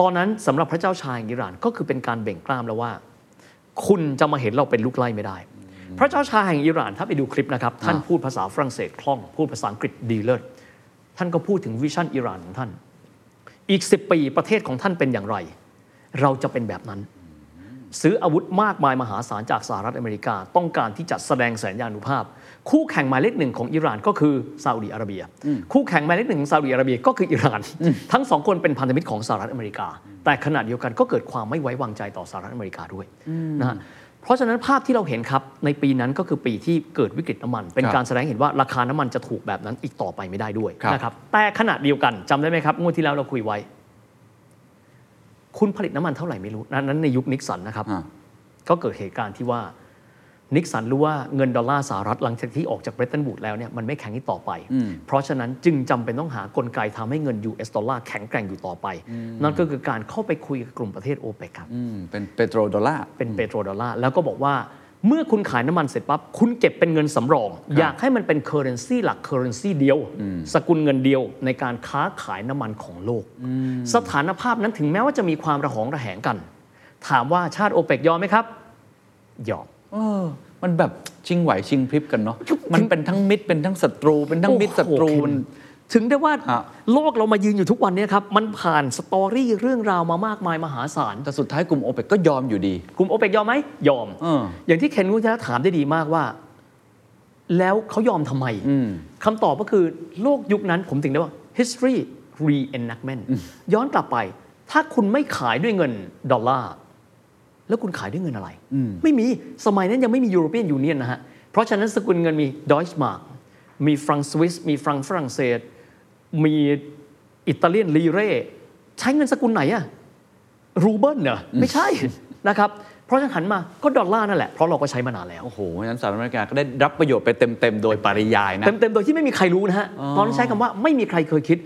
ตอนนั้นสำหรับพระเจ้าชายอิหร่านก็คือเป็นการเบ่งกล้ามแล้วว่า คุณจะมาเห็นเราเป็นลูกไล่ไม่ได้ พระเจ้าชายแห่งอิหร่านถ้าไปดูคลิปนะครับ ท่านพูดภาษาฝรั่งเศสคล่อง พูดภาษาอังกฤษดีเลิศท่านก็พูดถึงวิชั่นอิหร่านของท่าน อีก 10 ปีประเทศของท่านเป็นอย่างไร เราจะเป็นแบบนั้น ซื้ออาวุธมากมายมหาศาลจากสหรัฐอเมริกา ต้องการที่จะแสดงสัญญานุภาพ คู่แข่งหมายเลขหนึ่งของอิหร่านก็คือซาอุดีอาระเบีย คู่แข่งหมายเลขหนึ่งของซาอุดีอาระเบียก็คืออิหร่าน ทั้งสองคนเป็นพันธมิตรของสหรัฐอเมริกา แต่ขณะเดียวกันก็เกิดความไม่ไว้วางใจต่อสหรัฐอเมริกาด้วยนะฮะเพราะฉะนั้นภาพที่เราเห็นครับในปีนั้นก็คือปีที่เกิดวิกฤตน้ำมัน เป็น
ครับ
การแสดงให้เห็นว่าราคาน้ำมันจะถูกแบบนั้นอีกต่อไปไม่ได้ด้วย
ครับ
นะครับแต่ขณะเดียวกันจำได้ไหมครับงวดที่แล้วเราคุยไว้ คุณผลิตน้ำมันเท่าไหร่ไม่รู้นั้นนั้นในยุคนิกสันนะครับ
อ่า
ก็เกิดเหตุการณ์ที่ว่า นิกสันรู้ว่าเงินดอลลาร์สหรัฐหลังจากที่ออกจากเบรตันวูดแล้วเนี่ยมันไม่แข็งอีกต่อไป เพราะฉะนั้นจึงจำเป็นต้องหากลไกทำให้เงิน US ดอลลาร์แข็งแกร่งอยู่ต่อไป นั่นก็คือการเข้าไปคุยกับกลุ่มประเทศโอเปกครับ
อืมเป็นเปโตรดอลลาร์
เป็นเปโตรดอลลาร์แล้วก็บอกว่าเมื่อคุณขายน้ำมันเสร็จปั๊บ คุณเก็บเป็นเงินสำรอง อยากให้มันเป็นเคอร์เรนซีหลักเคอร์เรนซีเดียว สกุลเงินเดียวในการค้าขายน้ำมันของโลก สถานภาพนั้นถึงแม้ว่าจะมีความระหองระแหงกัน ถามว่าชาติโอเปกยอมไหมครับ ยอม
เออมันแบบชิงไหวชิงพริบ กันเนาะ มันเป็นทั้งมิตรเป็นทั้งศัตรู เป็นทั้งมิตรศัตรู
โอ้โหเคนถึงได้ว่า
ฮะ
โลกเรามายืนอยู่ทุกวันเนี้ครับ มันผ่านสตอรี่เรื่องราวมามากมายมหาศาล
แต่สุดท้ายกลุ่มโอเปกก็ยอมอยู่ดี
กลุ่มโอเปกยอมไหมยอม
เออ
อย่างที่เคนวุฒิถามได้ดีมากว่า แล้วเขายอมทำไม
อืม
คำตอบก็คือโลกยุคนั้นผมถึงได้ว่า history reenactment ย้อนกลับไป ถ้าคุณไม่ขายด้วยเงินดอลลาร์ แล้วคุณขายด้วยเงินอะไร ไม่มีสมัยนั้นยังไม่มียูโรเปียนยูเนียนนะฮะ เพราะฉะนั้นสกุลเงินมีดอยช์มาร์กมีฟรังสวิสมีฟรังฝรั่งเศส มีอิตาเลียนลีเร่ใช้เงินสกุลไหนอะรูเบิลเหรอไม่ใช่ นะครับ เพราะฉะนั้นหันมาก็ดอลลาร์นั่นแหละ เพราะเราก็ใช้มานานแล้ว
โอ้โหงั้นสหรัฐอเมริกาก็ได้รับประโยชน์ไปเต็ม ๆ โดยปริยายนะ
เต็มๆ โดยที่ไม่มีใครรู้นะฮะ ตอนนั้นใช้คำว่าไม่มีใครเคยคิด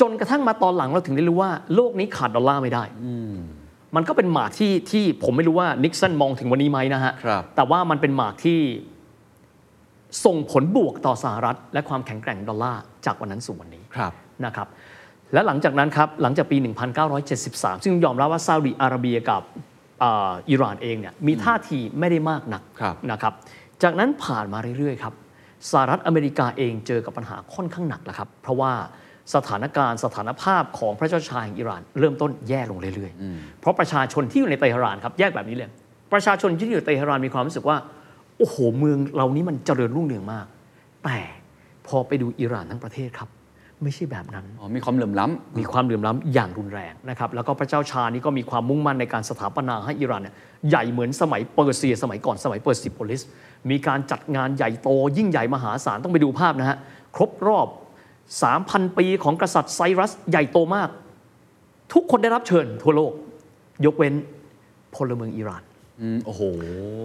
จนกระทั่งมาตอนหลังเราถึงได้รู้ว่า โลกนี้ขาดดอลลาร์ไม่ได้ มันก็เป็นหมากที่ที่ผมไม่รู้ว่านิกสันมองถึงวันนี้ไหมนะฮะ
ครับ
แต่ว่ามันเป็นหมากที่ส่งผลบวกต่อสหรัฐ และความแข็งแกร่งดอลลาร์จากวันนั้นสู่วันนี้
ครับ
นะครับและหลังจากนั้นครับหลังจากปี 1973 ซึ่งยอมรับว่าซาอุดิอาระเบียกับอ่าอิหร่านเองเนี่ยมีท่าทีไม่ได้มากนัก
ครับ
นะครับ จากนั้นผ่านมาเรื่อยๆครับสหรัฐอเมริกาเองเจอกับปัญหาค่อนข้างหนักแล้วครับ เพราะว่าสถานการณ์สถานภาพของพระเจ้าชายแห่งอิหร่าน เริ่มต้นแย่ลงเรื่อยๆ เพราะประชาชนที่อยู่ในเตหะรานครับแยกแบบนี้เลยประชาชนที่อยู่ในเตหะรานมีความรู้สึกว่าโอ้โหเมืองเรานี้มันเจริญรุ่งเรืองมาก แต่พอไปดูอิหร่านทั้งประเทศครับ ไม่ใช่แบบนั้น
อ๋อมีความเหลื่อมล้ำ
มีความเหลื่อมล้ำอย่างรุนแรงนะครับ แล้วก็พระเจ้าชานี่ก็มีความมุ่งมั่นในการสถาปนาให้อิหร่านเนี่ยใหญ่เหมือนสมัยเปอร์เซีย สมัยก่อนสมัยเปอร์ซิโพลิส มีการจัดงานใหญ่โต ยิ่งใหญ่มหาศาลต้องไปดูภาพนะฮะ ครบรอบ 3,000 ปีของกษัตริย์ไซรัสใหญ่โตมาก ทุกคนได้รับเชิญทั่วโลก ยกเว้นพลเมืองอิหร่าน
อืม โอ้โห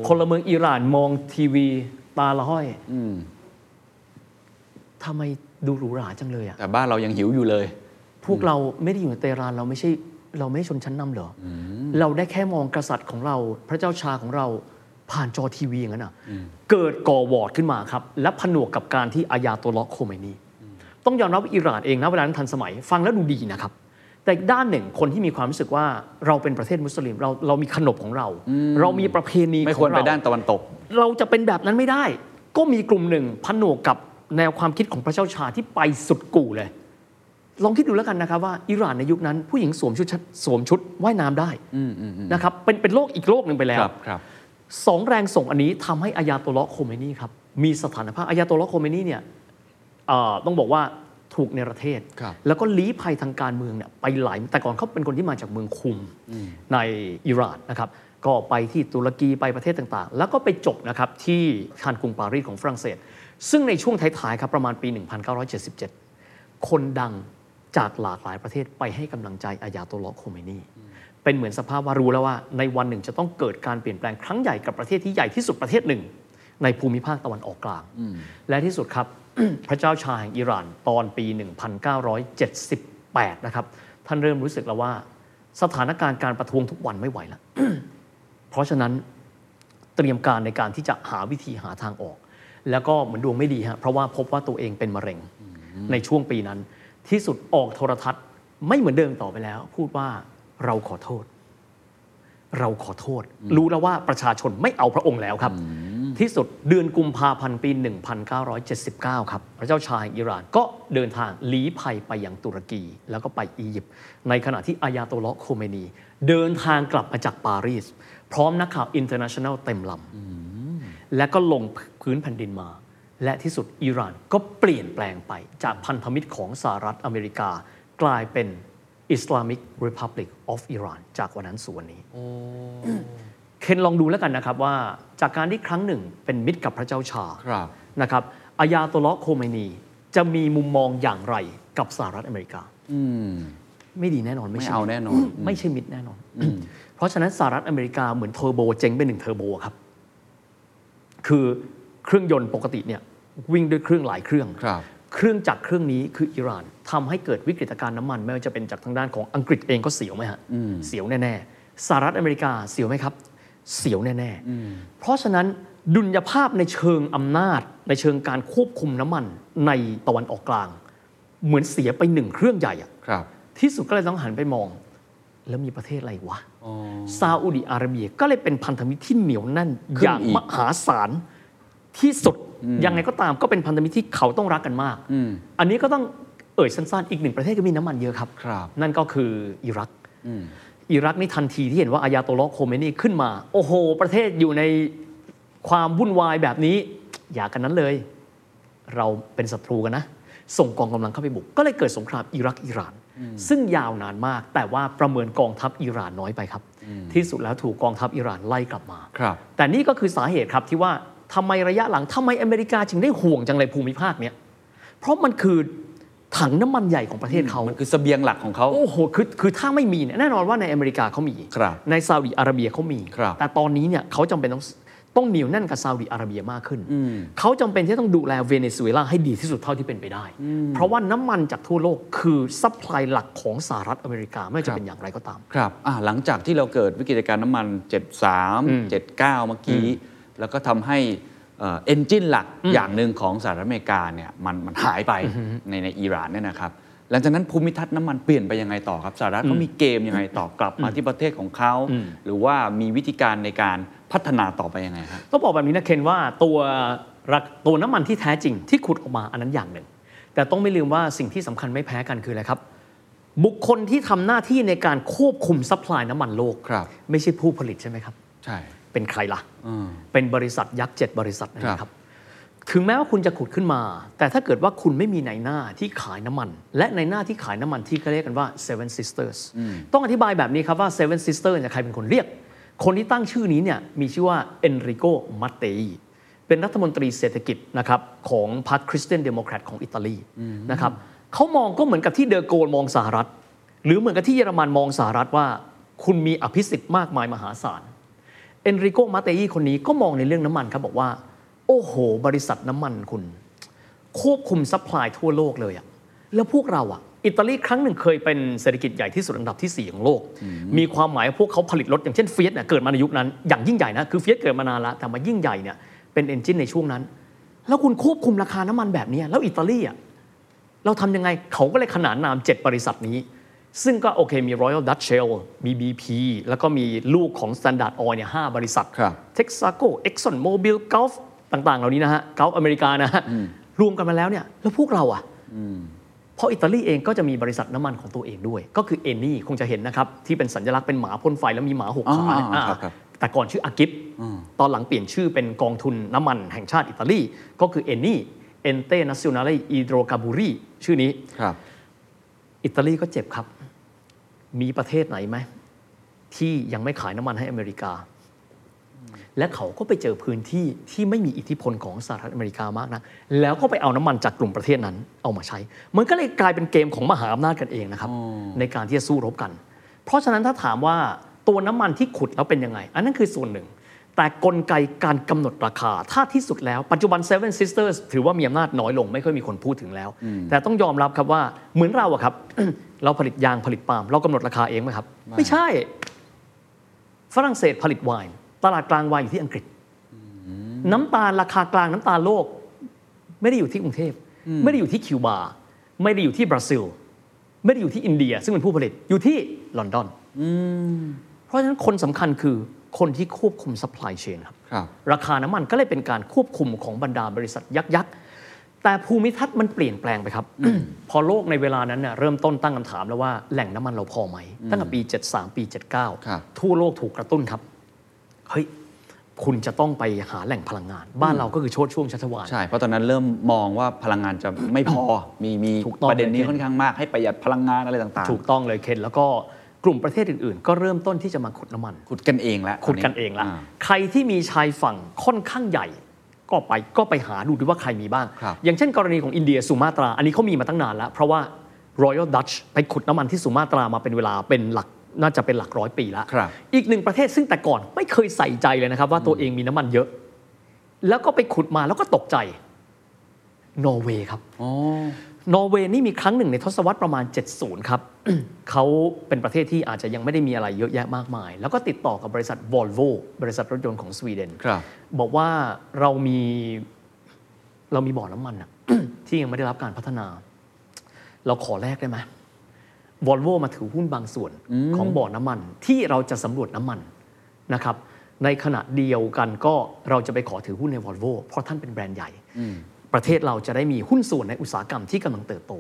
พลเมืองอิหร่านมองทีวีตาละห้อยทำไมดูหรูหราจังเลยอะ
แต่บ้านเรายังหิวอยู่เลย
พวกเราไม่ได้อยู่ในเตหะรานเราไม่ใช่เราไม่ใช่ชนชั้นนำเหรออเราได้แค่มองกษัตริย์ของเรา พระเจ้าชาของเราผ่านจอทีวีอย่างนั้นอ่ะเกิดก่อวอร์ดขึ้นมาครับ และผนวกกับการที่อายาโตลาะห์โคเมนีต้องยอมรับว่าอิหร่านเองนะเวลานั้นทันสมัยฟังแล้วดูดีนะครับ แต่อีกด้านหนึ่งคนที่มีความรู้สึกว่าเราเป็นประเทศมุสลิมเราเรามีขนบของเรา เรามีประเพณี
ไม่
ข
ค
อ
วรง ไป
เรา
ด้านตะวันตก
เราจะเป็นแบบนั้นไม่ได้ ก็มีกลุ่มหนึ่งผนวกกับแนวความคิดของพระเจ้าชาที่ไปสุดกู่เลย ลองคิดดูแล้วกันนะครับว่าอิหร่านในยุคนั้น ผู้หญิงสวมชุดชัดสวมชุดว่ายน้ำได้นะครับเป็นเป็นโลกอีกโลกหนึ่งไปแล้ว
ครับ ครับ
สองแรงส่งอันนี้ทำให้อายาโตลาะห์โคเมนีครับ มีสถานภาพอายาโตลาะห์โคเมนีเนี่ยเอ่อต้องบอกว่าถูกในประเทศ
ครับ
แล้วก็ลี้ภัยทางการเมืองเนี่ยไปหลายแต่ก่อนเขาเป็นคนที่มาจากเมืองคุมในอิหร่านนะครับ ก็ไปที่ตุรกีไปประเทศต่างๆ แล้วก็ไปจบนะครับที่คานกรุงปารีสของฝรั่งเศส ซึ่งในช่วงท้ายๆครับประมาณปี 1977 คนดังจากหลากหลายประเทศไปให้กำลังใจอายาโตลาะห์โคเมนี เป็นเหมือนสภาพว่ารู้แล้วว่า ในวันหนึ่งจะต้องเกิดการเปลี่ยนแปลงครั้งใหญ่กับประเทศที่ใหญ่ที่สุดประเทศหนึ่ง ในภูมิภาคตะวันออกกลาง และที่สุดครับ พระเจ้าชายแห่งอิหร่านตอนปี 1978 นะครับ ท่านเริ่มรู้สึกแล้วว่า สถานการณ์การประท้วงทุกวันไม่ไหวแล้ว เพราะฉะนั้นเตรียมการในการที่จะหาวิธีหาทางออก แล้วก็เหมือนดวงไม่ดีฮะเพราะว่าพบว่าตัวเองเป็นมะเร็งในช่วงปีนั้น ที่สุดออกโทรทัศน์ไม่เหมือนเดิมต่อไปแล้ว พูดว่าเราขอโทษ เราขอโทษ รู้แล้วว่าประชาชนไม่เอาพระองค์แล้วครับ ที่สุดเดือนกุมภาพันธ์ปี 1979 ครับ พระเจ้าชายอิหร่านก็เดินทางลี้ภัยไปยังตุรกี แล้วก็ไปอียิปต์ในขณะที่อายาโตลาะห์โคเมนี เดินทางกลับมาจากปารีส พร้อมนักข่าวอินเตอร์เนชั่นแนลเต็มลำ และก็ลงพื้นแผ่นดินมา และที่สุดอิหร่านก็เปลี่ยนแปลงไปจากพันธมิตรของสหรัฐอเมริกา กลายเป็น Islamic Republic of Iran จากวันนั้นสู่วันนี้ เคนลองดูแล้วกันนะครับว่าจากการที่ครั้งหนึ่งเป็นมิตรกับพระเจ้าชา
ครับ
นะครับอายาโตลาะห์โคเมนี จะมีมุมมองอย่างไรกับสหรัฐอเมริกา
อืม
ไม่ดีแน่นอนไม่ใช่
ไม่เอา
มิตร
แน่นอน
ไม่ใช่มิตรแน่นอน เพราะฉะนั้นสหรัฐอเมริกาเหมือนเทอร์โบเจ๊งไปหนึ่งเทอร์โบครับ คือเครื่องยนต์ปกติเนี่ยวิ่งด้วยเครื่องหลายเครื่อง
ครับ
เครื่องจักรเครื่องนี้คืออิหร่านทำให้เกิดวิกฤตการณ์น้ำมัน ไม่ว่าจะเป็นจากทางด้านของอังกฤษเองก็เสียวไหมฮะเสียวแน่ๆสหรัฐอเมริกาเสียวไหมครับ เสียวแน่ๆเพราะฉะนั้นดุลยภาพในเชิงอำนาจ ในเชิงการควบคุมน้ำมันในตะวันออกกลาง เหมือนเสียไปหนึ่งเครื่องใหญ่อะ
ครับ
ที่สุดก็เลยต้องหันไปมอง แล้วมีประเทศอะไรวะ
อ๋อ
ซาอุดิอาระเบียก็เลยเป็นพันธมิตรที่เหนียวแน่น
ขึ้น
อย่าง
อีก
มหาศาลที่สุดยังไงก็ตามก็เป็นพันธมิตรที่เขาต้องรักกันมาก อันนี้ก็ต้องเอ่ยสั้นๆ อีกหนึ่งประเทศก็มีน้ำมันเยอะครับ
ครับ
นั่นก็คืออิรักอิรักนี่ทันทีที่เห็นว่าอายาโตลลอฮ์โคเมนีขึ้นมา โอ้โห ประเทศอยู่ในความวุ่นวายแบบนี้ อย่ากันนั้นเลย เราเป็นศัตรูกันนะ ส่งกองกำลังเข้าไปบุก ก็เลยเกิดสงครามอิรักอิหร่าน ซึ่งยาวนานมาก แต่ว่าประเมินกองทัพอิหร่านน้อยไปครับ ที่สุดแล้วถูกกองทัพอิหร่านไล่กลับมา
ครับ
แต่นี่ก็คือสาเหตุครับที่ว่าทำไมระยะหลังทำไมอเมริกาจึงได้ห่วงจังเลยภูมิภาคเนี้ยเพราะมันคือถังน้ำมันใหญ่ของประเทศเขา
มันคือเสบียงหลักของเขา
โอ้โห คือ คือถ้าไม่มีเนี่ยแน่นอนว่าในอเมริกาเขามี
ครับ
ในซาอุดิอาระเบียเขามี
ครับ
แต่ตอนนี้เนี่ยเขาจำเป็นต้อง ต้องเหนียวแน่นกับซาอุดิอาระเบียมากขึ้น เขาจำเป็นที่จะต้องดูแลเวเนซุเอลาให้ดีที่สุดเท่าที่เป็นไปได้ เพราะว่าน้ำมันจากทั่วโลกคือซัพพลายหลักของสหรัฐอเมริกาไม่ว่าจะเป็นอย่างไรก็ตาม
ครับอ่ะหลังจากที่เราเกิดวิกฤตการณ์น้ำมัน 73 79 เมื่อกี้ แล้วก็ทำให้เอ็นจินหลักอย่างหนึ่งของสหรัฐอเมริกาเนี่ยมันมันหายไปในในอิหร่านเนี่ยนะครับ หลังจากนั้นภูมิทัศน์น้ำมันเปลี่ยนไปยังไงต่อครับสหรัฐเขามีเกมยังไงต่อกลับมาที่ประเทศของเขา หรือว่ามีวิธีการในการพัฒนาต่อไปยังไงครับ
ต้องบอกแบบนี้นะเคนว่าตัวรักตัวน้ำมันที่แท้จริงที่ขุดออกมาอันนั้นอย่างหนึ่ง แต่ต้องไม่ลืมว่าสิ่งที่สำคัญไม่แพ้กันคืออะไรครับ บุคคลที่ทำหน้าที่ในการควบคุมซัพพลายน้ำมันโลก
ครับ
ไม่ใช่ผู้ผลิตใช่ไหมครับ
ใช่
เป็นใครล่ะ
อืม
เป็นบริษัทยักษ์เจ็ดบริษัทนะค
ครั
รับ
บ
ถึงแม้ว่าคุณจะขุดขึ้นมา แต่ถ้าเกิดว่าคุณไม่มีในหน้าที่ขายน้ำมัน และในหน้าที่ขายน้ำมันที่เขาเรียกกันว่า Seven Sisters ต้องอธิบายแบบนี้ครับว่า Seven Sisters เนี่ยใครเป็นคนเรียก คนที่ตั้งชื่อนี้เนี่ยมีชื่อว่าเอนริโกมาเตยเป็นรัฐมนตรีเศรษฐกิจนะครับของพรรคคริสเตียนเดโมแครตของอิตาลีนะครับเขามองก็เหมือนกับที่เดอโกลมองสหรัฐ หรือเหมือนกับที่เยอรมันมองสหรัฐว่า คุณมีอภิสิทธิ์มากมายมหาศาล เอนริโกมาเตยีคนนี้ก็มองในเรื่องน้ำมันครับ บอกว่า โอ้โห บริษัทน้ำมันคุณ ควบคุมซัพพลายทั่วโลกเลยอะแล้วพวกเราอะอิตาลีครั้งหนึ่งเคยเป็นเศรษฐกิจใหญ่ที่สุดอันดับทีสี่ 4 ของโลก มีความหมายว่าพวกเขาผลิตรถอย่างเช่นเฟียสเนี่ยเกิดมาในยุคนั้น อย่างยิ่งใหญ่นะ คือเฟียสเกิดมานานแล้วแต่มายิ่งใหญ่เนี่ยเป็นเอนจินในช่วงนั้น แล้วคุณควบคุมราคาน้ำมันแบบเนี้ยแล้วอิตาลีอะ เราทำยังไงเขาก็เลยขนานนาม 7 บริษัทนี้ ซึ่งก็โอเคมี Royal Dutch Shell มี BP แล้วก็มีลูกของ Standard Oil เนี่ย5บริษัท
ครับ
Texaco Exxon Mobil Gulf ต่าง ๆ เหล่านี้นะฮะ Gulf อเมริกานะฮะ รวมกันมาแล้วเนี่ย แล้วพวกเราอ่ะเพราะอิตาลีเองก็จะมีบริษัทน้ำมันของตัวเองด้วย ก็คือเอนี่คงจะเห็นนะครับ ที่เป็นสัญลักษณ์เป็นหมาพ่นไฟแล้วมีหมาหกขาเนี่ย
อ๋ออ๋อ
อ่า
อ๋อครับครับ
แต่ก่อนชื่ออากิฟตอนหลังเปลี่ยนชื่อเป็นกองทุนน้ำมันแห่งชาติอิตาลี ก็คือเอนนี่เอนเต a น i ิ n น l เลอิโดรคาบูรีชื่อนี้
ครับ
อิตาลีก็เจ็บครับ มีประเทศไหนไหม ที่ยังไม่ขายน้ำมันให้อเมริกา และเขาก็ไปเจอพื้นที่ที่ไม่มีอิทธิพลของสหรัฐอเมริกามากนะ แล้วก็ไปเอาน้ำมันจากกลุ่มประเทศนั้นเอามาใช้ มันก็เลยกลายเป็นเกมของมหาอำนาจกันเองนะครับ ในการที่จะสู้รบกัน เพราะฉะนั้นถ้าถามว่าตัวน้ำมันที่ขุดแล้วเป็นยังไง อันนั้นคือส่วนหนึ่ง แต่กลไกการกำหนดราคา ถ้าที่สุดแล้วปัจจุบัน Seven Sisters ถือว่ามีอำนาจน้อยลง ไม่ค่อยมีคนพูดถึงแล้ว แต่ต้องยอมรับครับว่าเหมือนเราอะครับ เราผลิตยางผลิตปาล์มเรากำหนดราคาเองไหมครับ ไม่ใช่ ฝรั่งเศสผลิตไวน์ตลาดกลางไวน์อยู่ที่อังกฤษ น้ำตาลราคากลางน้ำตาลโลก ไม่ได้อยู่ที่กรุงเทพ ไม่ได้อยู่ที่คิวบา ไม่ได้อยู่ที่บราซิล ไม่ได้อยู่ที่อินเดีย ซึ่งเป็นผู้ผลิตอยู่ที่ลอนดอนเพราะฉะนั้นคนสำคัญคือคนที่ควบคุม supply chain ครับ
ครับ
ราคาน้ำมันก็เลยเป็นการควบคุมของบรรดาบริษัทยักษ์ยักษ์แต่ภูมิทัศน์มันเปลี่ยนแปลงไปครับ พอโลกในเวลานั้นเน่ยเริ่มต้นตั้งคำถามแล้วว่าแหล่งน้ำมันเราพอไหม ตั้งแต่ปี 73 ปี
ครับ
79 ทั่วโลกถูกกระตุ้นครับ เฮ้ย คุณจะต้องไปหาแหล่งพลังงาน บ้านเราก็คือโชดช่วงชัชวาล
ใช่ เพราะตอนนั้นเริ่มมองว่าพลังงานจะไม่ พอ มีมี
ถูกต้อง
ประเด็นนี้ค่อนข้างมากให้ประหยัดพลังงานอะไรต่าง
ถูกต้องเลยเคนแล้วก็กลุ่มประเทศอื่นๆ ก็เริ่มต้นที่จะมาขุดน้ำมัน
ๆขุดกันเองแล้ว
ขุดกันเองละ
า
ใครที่มีชายฝั่งค่อนข้างใหญ่ ก็ไปก็ไปหาดูด้วยว่าใครมีบ้าง
ครับ
อย่างเช่นกรณีของอินเดียสุมาตรา อันนี้เขามีมาตั้งนานแล้ว เพราะว่า Royal Dutch ไปขุดน้ำมันที่สุมาตรามาเป็นเวลาเป็นหลักน่าจะเป็นหลักร้อยปีแล้ว
ครับ
อีกหนึ่งประเทศซึ่งแต่ก่อนไม่เคยใส่ใจเลยนะครับ ว่าตัวเองมีน้ำมันเยอะ แล้วก็ไปขุดมาแล้วก็ตกใจ นอร์เวย์ครับ
อ๋อน
อร์เวย์นี่มีครั้งหนึ่งในทศวรรษประมาณ 70 ครับ เขาเป็นประเทศที่อาจจะยังไม่ได้มีอะไรเยอะแยะมากมาย แล้วก็ติดต่อกับบริษัท Volvo บริษัทรถยนต์ของสวีเดน
ครับ
บอกว่าเรามีเรามีบ่อน้ำมันอะ ที่ยังไม่ได้รับการพัฒนา เราขอแลกได้ไหมวอลโวมาถือหุ้นบางส่วนของบ่อน้ำมันที่เราจะสำรวจน้ำมันนะครับ ในขณะเดียวกันก็เราจะไปขอถือหุ้นในวอลโวเพราะท่านเป็นแบรนด์ใหญ่ ประเทศเราจะได้มีหุ้นส่วนในอุตสาหกรรมที่กำลังเติบโต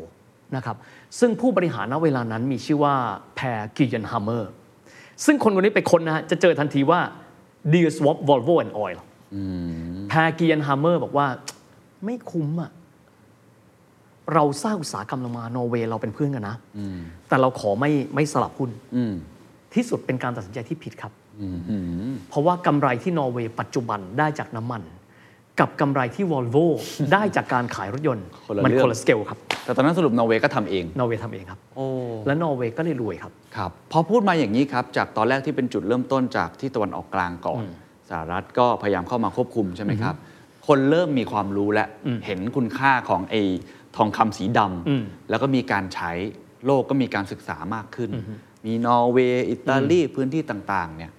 นะครับ ซึ่งผู้บริหารณเวลานั้นมีชื่อว่าแพร์กิเยนฮัมเมอร์ ซึ่งคนคนนี้ไปค้นนะฮะจะเจอทันทีว่า Deal Swap Volvo and Oil แพากียันฮัมเมอร์บอกว่า ไม่คุ้มอะเราสร้างอุตสาหกรรมลงมานอร์เวย์เราเป็นเพื่อนกันนะแต่เราขอไม่ไม่สลับหุ้นที่สุดเป็นการตัดสินใจที่ผิดครับ เพราะว่ากำไรที่นอร์เวย์ปัจจุบันได้จากน้ำมัน กับกำไรที่วอล โว ได้จากการขายรถยนต์ มัคนละสเกลครับ
แต่ตอนนั้นสรุปนอร์เวย์ก็ทำเอง
นอร์เวย์ทำเองครับ
โอ้
และนอร์เวย์ก็เลยรวยครับ
ครับ พอพูดมาอย่างนี้ครับ จากตอนแรกที่เป็นจุดเริ่มต้นจากที่ตะวันออกกลางก่อน สหรัฐก็พยายามเข้ามาควบคุมใช่ไหมครับ คนเริ่มมีความรู้และเห็นคุณค่าของไอ้ทองคำสีดำ
อืม
แล้วก็มีการใช้โลกก็มีการศึกษามากขึ้น มีนอร์เวย์อิตาลีพื้นที่ต่างๆเนี่ย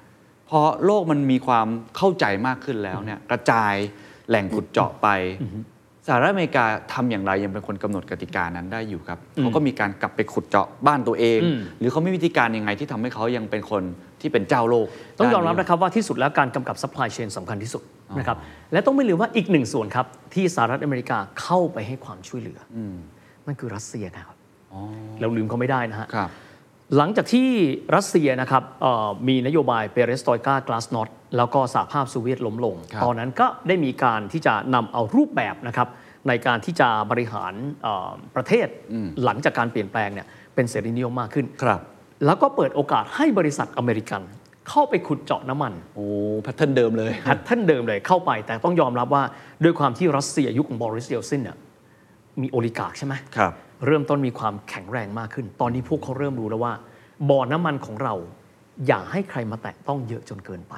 พอโลกมันมีความเข้าใจมากขึ้นแล้วเนี่ยกระจายแหล่งขุดเจาะไป สหรัฐอเมริกาทำอย่างไรยังเป็นคนกำหนดกติกานั้นได้อยู่ครับเขาก็มีการกลับไปขุดเจาะบ้านตัวเอง
อืม
หรือเขามีวิธีการยังไงที่ทำให้เขายังเป็นคนที่เป็นเจ้าโลก
ต้องยอมรับ
ด้า
นะครับว่าที่สุดแล้วการกำกับ supply chain สำคัญที่สุดนะครับและต้องไม่ลืมว่าอีกหนึ่งส่วนครับ ที่สหรัฐอเมริกาเข้าไปให้ความช่วยเหลืออนั่นคือรัสเซียนะครับเราลืมเขาไม่ได้นะฮะ
ครับ
หลังจากที่รัสเซียนะครับเอ่อมีนโยบายเปเรสตอยกากลาสนอตแล้วก็สหภาพโซูเวียตล้มลง
ครับ
ตอนนั้นก็ได้มีการที่จะนำเอารูปแบบนะครับในการที่จะบริหารเอ่อประเทศหลังจากการเปลี่ยนแปลงเนี่ยเป็นเสรีนิยมมากขึ้น
ครับ
แล้วก็เปิดโอกาสให้บริษัทอเมริกัน เข้าไปขุดเจาะน้ำมัน
โอ้แพทเทิร์นเดิมเลย
แพทเทิร์นเดิมเลยเข้าไป แต่ต้องยอมรับว่าด้วยความที่รัสเซียยุคของบอริสเยลซินเนี่ยมีโอลิการ์คใช่ไหม
ครับ
เริ่มต้นมีความแข็งแรงมากขึ้น ตอนนี้พวกเขาเริ่มรู้แล้วว่าบ่อน้ำมันของเรา อย่าให้ใครมาแตะต้องเยอะจนเกินไป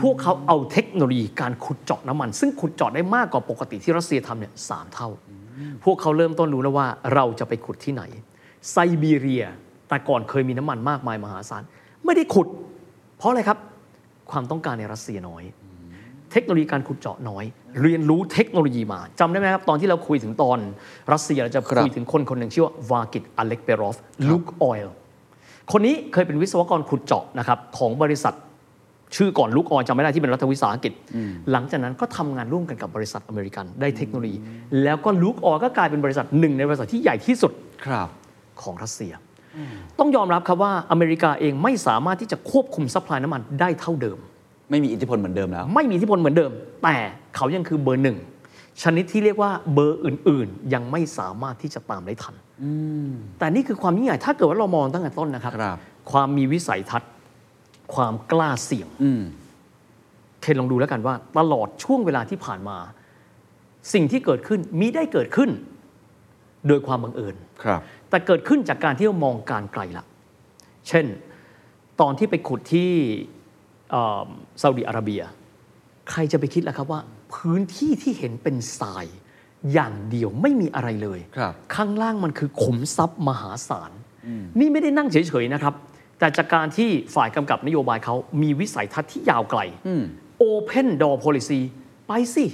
พวกเขาเอาเทคโนโลยีการขุดเจาะน้ำมัน ซึ่งขุดเจาะได้มากกว่าปกติที่รัสเซียทำเนี่ยสามเท่า พวกเขาเริ่มต้นรู้แล้วว่าเราจะไปขุดที่ไหน ไซบีเรียแต่ก่อนเคยมีน้ำมันมากมายมหาศาลไม่ได้ขุด เพราะอะไรครับ ความต้องการในรัสเซียน้อย เทคโนโลยีการขุดเจาะน้อย เรียนรู้เทคโนโลยีมาจำได้ไหมครับ ตอนที่เราคุยถึงตอนรัสเซียเราจะ
ครับ
คุยถึงคนคนหนึ่งชื่อว่าวากิตอเล็กเปรอฟลุกออยล์คนนี้เคยเป็นวิศวกรขุดเจาะนะครับของบริษัทชื่อก่อนลุกออยจำไม่ได้ที่เป็นรัฐวิสาหกิจ หลังจากนั้นก็ทำงานร่วมกันกับบริษัทอเมริกันได้เทคโนโลยี แล้วก็ลุกออยก็กลายเป็นบริษัทหนึ่งในบริษัทที่ใหญ่ที่สุด
ครับ
ของรัสเซีย ต้องยอมรับครับว่าอเมริกาเองไม่สามารถที่จะควบคุมซัพพลายน้ำมันได้เท่าเดิม
ไม่มีอิทธิพลเหมือนเดิมแล้ว
ไม่มีอิทธิพลเหมือนเดิม แต่เขายังคือเบอร์หนึ่ง ชนิดที่เรียกว่าเบอร์อื่น ๆ ยังไม่สามารถที่จะตามได้ทัน แต่นี่คือความยิ่งใหญ่ถ้าเกิดว่าเรามองตั้งแต่ต้นนะครับ
ครับ
ความมีวิสัยทัศน์ ความกล้าเสี่ยง
อืม
เคนลองดูแล้วกันว่าตลอดช่วงเวลาที่ผ่านมา สิ่งที่เกิดขึ้นมิได้เกิดขึ้น โดยความบังเอิญ
ครับ
แต่เกิดขึ้นจากการที่เรามองการไกลละ เช่น ตอนที่ไปขุดที่เอ่อซาอุดิอาระเบีย ใครจะไปคิดล่ะครับว่า พื้นที่ที่เห็นเป็นทราย อย่างเดียวไม่มีอะไรเลย
ครับ
ข้างล่างมันคือขุมทรัพย์มหาศาล นี่ไม่ได้นั่งเฉยๆนะครับ แต่จากการที่ฝ่ายกำกับนโยบายเขามีวิสัยทัศน์ที่ยาวไกล Open Door Policy ไปสิ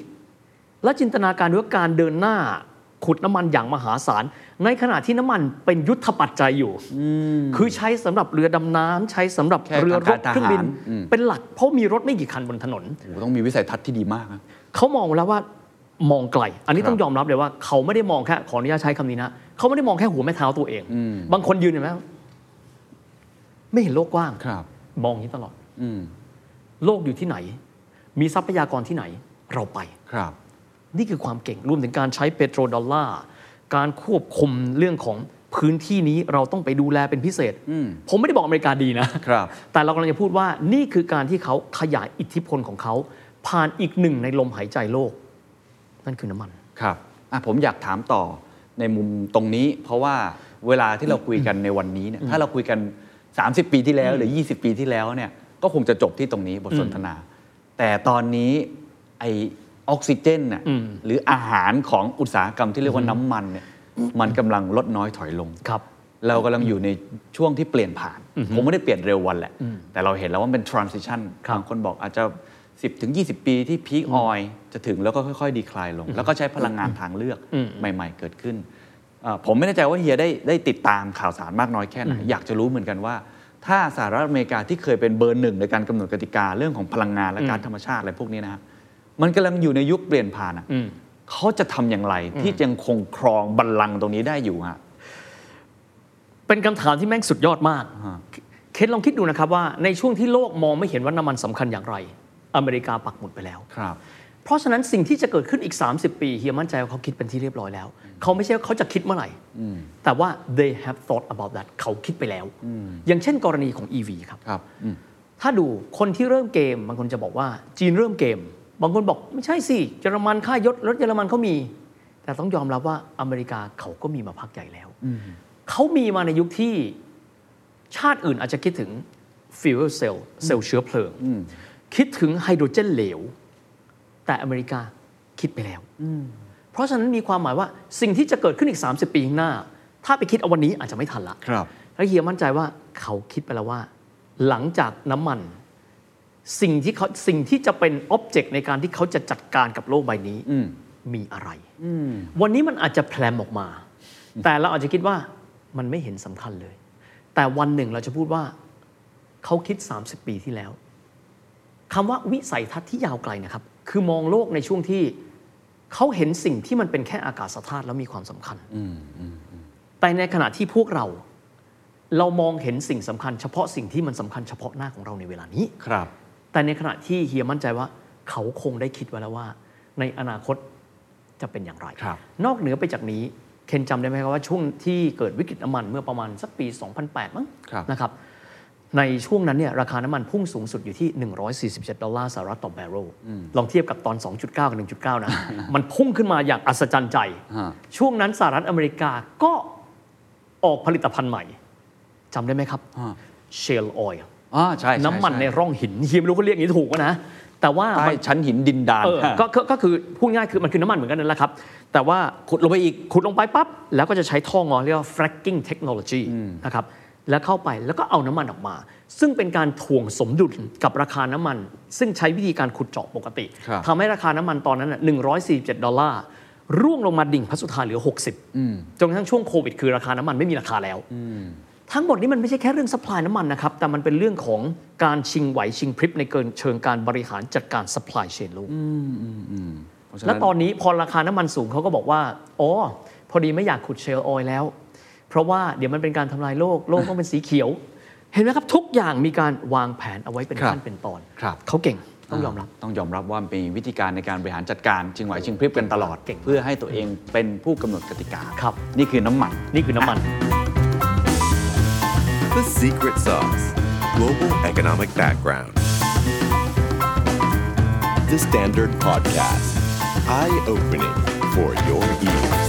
และจินตนาการด้วยการเดินหน้าขุดน้ำมันอย่างมหาศาล ในขณะที่น้ำมันเป็นยุทธปัจจัยอยู่ คือใช้สำหรับเรือดำน้ำใช้สำหรับ
แค่
เรือรบ
ทางการ
เครื่องบิน
ทหารอืม
เป็นหลักเพราะมีรถไม่กี่คันบนถนน
โอ้ต้องมีวิสัยทัศน์ที่ดีมากนะ
เขามองแล้วว่ามองไกล อันนี้
ครับ
ต้องยอมรับเลยว่า เขาไม่ได้มองแค่ขออนุญาตใช้คำนี้นะเขาไม่ได้มองแค่หัวแม่เท้าตัวเอง
อืม
บางคนยืนเห็นไหมไม่เห็นโลกกว้าง
ครับ
มองอย่างนี้ตลอด
อืม
โลกอยู่ที่ไหน มีทรัพยากรที่ไหน เราไป
ครับ
นี่คือความเก่งรวมถึงการใช้เปโตรดอลลาร์การควบคุมเรื่องของพื้นที่นี้เราต้องไปดูแลเป็นพิเศษ
อืม
ผมไม่ได้บอกอเมริกาดีนะ
ครับ
แต่เรากำลังจะพูดว่านี่คือการที่เขาขยายอิทธิพลของเขาผ่านอีกหนึ่งในลมหายใจโลก นั่นคือน้ำมัน
ครับอ่ะผมอยากถามต่อในมุมตรงนี้ เพราะว่าเวลาที่เราคุยกันในวันนี้เนี่ยถ้าเราคุยกัน 30 ปีที่แล้วหรือ 20 ปีที่แล้วเนี่ยก็คงจะจบที่ตรงนี้บทสนทนา แต่ตอนนี้ไอ ออกซิเจนน่ะ
อืม
หรืออาหารของอุตสาหกรรมที่เรียกว่าน้ำมันเนี่ยมันกำลังลดน้อยถอยลง
ครับ
เรากำลังอยู่ในช่วงที่เปลี่ยนผ่านคงไม่ได้เปลี่ยนเร็ววันแหละ แต่เราเห็นแล้วว่ามันเป็น transition
ครับ
บางคนบอกอาจจะ 10ถึง20 ปีที่ peak oil จะถึงแล้วก็ค่อย ๆ ดีคลายลง แล้วก็ใช้พลังงานทางเลือกใหม่ ๆ เกิดขึ้นเอ่อผมไม่แน่ใจว่าเฮียได้ได้ติดตามข่าวสารมากน้อยแค่ไหน อยากจะรู้เหมือนกันว่า ถ้าสหรัฐอเมริกาที่เคยเป็นเบอร์หนึ่งในการกำหนดกติกาเรื่องของพลังงานและการธรรมชาติอะไรพวกนี้นะฮะมันกำลังอยู่ในยุคเปลี่ยนผ่านอะเขาจะทำอย่างไรที่ยังคงครองบัลลังก์ตรงนี้ได้อยู่ฮะ
เป็นคำถามที่แม่งสุดยอดมาก เคนลองคิดดูนะครับว่าในช่วงที่โลกมองไม่เห็นว่าน้ำมันสำคัญอย่างไร อเมริกาปักหมุดไปแล้ว
ครับ
เพราะฉะนั้นสิ่งที่จะเกิดขึ้นอีก 30 ปีเฮียมั่นใจว่าเขาคิดเป็นที่เรียบร้อยแล้ว เขาไม่ใช่ว่าเขาจะคิดเมื่อไหร่ แต่ว่า they have thought about that เขาคิดไปแล้ว อย่างเช่นกรณีของ EV ครับ
ครับ
ถ้าดูคนที่เริ่มเกม บางคนจะบอกว่าจีนเริ่มเกม บางคนบอกไม่ใช่สิเยอรมันค่ายศรถเยอรมันเขามี แต่ต้องยอมรับว่าอเมริกาเขาก็มีมาพักใหญ่แล้วเขามีมาในยุคที่ชาติอื่นอาจจะคิดถึงฟิวเซลเซลล์เชื้อเพลิง คิดถึงไฮโดรเจนเหลว แต่อเมริกาคิดไปแล้ว เพราะฉะนั้นมีความหมายว่าสิ่งที่จะเกิดขึ้นอีก 30 ปีข้างหน้า ถ้าไปคิดเอาวันนี้อาจจะไม่ทันละ
ครับ
แล้วเฮียมั่นใจว่าเขาคิดไปแล้วว่า หลังจากน้ำมัน สิ่งที่เขาสิ่งที่จะเป็นอ็อบเจกต์ในการที่เขาจะจัดการกับโลกใบนี้
อืม
มีอะไรวันนี้มันอาจจะแพลมออกมา แต่เราอาจจะคิดว่ามันไม่เห็นสำคัญเลย แต่วันหนึ่งเราจะพูดว่า เขาคิด 30 ปีที่แล้วคำว่าวิสัยทัศน์ที่ยาวไกลนะครับ คือมองโลกในช่วงที่เขาเห็นสิ่งที่มันเป็นแค่อากาศธาตุแล้วมีความสำคัญ แต่ในขณะที่พวกเรา เรามองเห็นสิ่งสำคัญเฉพาะสิ่งที่มันสำคัญเฉพาะหน้าของเราในเวลานี้
ครับ
แต่ในขณะที่เฮียมั่นใจว่าเขาคงได้คิดไว้แล้วว่า ในอนาคตจะเป็นอย่างไร
ครับ
นอกเหนือไปจากนี้ เคนจำได้ไหมครับว่าช่วงที่เกิดวิกฤตน้ำมันเมื่อประมาณสักปี 2008 มั้ง
ครับ
นะครับ ในช่วงนั้นเนี่ยราคาน้ำมันพุ่งสูงสุดอยู่ที่ 147 ดอลลาร์สหรัฐต่อแบร์เรลลองเทียบกับตอน 2.9 กับ 1.9 นะ มันพุ่งขึ้นมาอย่างอัศจรรย์ใจ
ฮะ
ช่วงนั้นสหรัฐอเมริกาก็ออกผลิตภัณฑ์ใหม่จำได้ไหมครับ
ฮะ
Shale Oil
อ่าใช่ช่
น้ำมันในร่องหินเฮียไม่รู้เขาเรียกอย่างนี้ถูกปะนะ แต่ว่า
ใต้
มัน
ชั้นหินดินดาน
เออก็ก็ก็คือพูดง่ายคือมันคือน้ำมันเหมือนกันนั่นแหละครับ แต่ว่า
ขุดลงไปอีก
ขุดลงไปปั๊บ แล้วก็จะใช้ท่องอเรียกว่า fracking technology นะครับ แล้วเข้าไปแล้วก็เอาน้ำมันออกมา ซึ่งเป็นการถ่วงสมดุลกับราคาน้ำมัน ซึ่งใช้วิธีการขุดเจาะปกติ
ครับ
ทำให้ราคาน้ำมันตอนนั้นน่ะ147 ดอลลาร์ ร่วงลงมาดิ่งพระสุธาเหลือ 60จนกระทั่งช่วงโควิดคือราคาน้ำมันไม่มีราคาแล้ว ทั้งหมดนี้มันไม่ใช่แค่เรื่องสป라이น้ำมันนะครับ แต่มันเป็นเรื่องของการชิงไหวชิงพริบในเกินเชิงการบริหารจัดการสป라이เชนโลก
เพราะฉะ
และ
นั้น
ตอนนี้พอราคาน้ำมันสูงเขาก็บอกว่า อ๋อ พอดีไม่อยากขุดเชลออยล์แล้ว เพราะว่าเดี๋ยวมันเป็นการทำลายโลก โลกต้องเป็นสีเขียว เห็นไหมครับ ทุกอย่างมีการวางแผนเอาไว้เป็น
ครับ
ขั้นเป็นตอน
ครับ
เขาเก่งต้องยอมรับ
ต้องยอมรับว่ามีวิธีการในการบริหารจัดการชิงไหวชิงพริบกันตลอด
เก่งมาก
เพื่อให้ตัวเองเป็นผู้กำหนดกติกา
ครับ
นี่คือน้ำมัน
นี่คือน้ำมัน
The secret sauce. Global economic background. The Standard Podcast. Eye opening for your ears.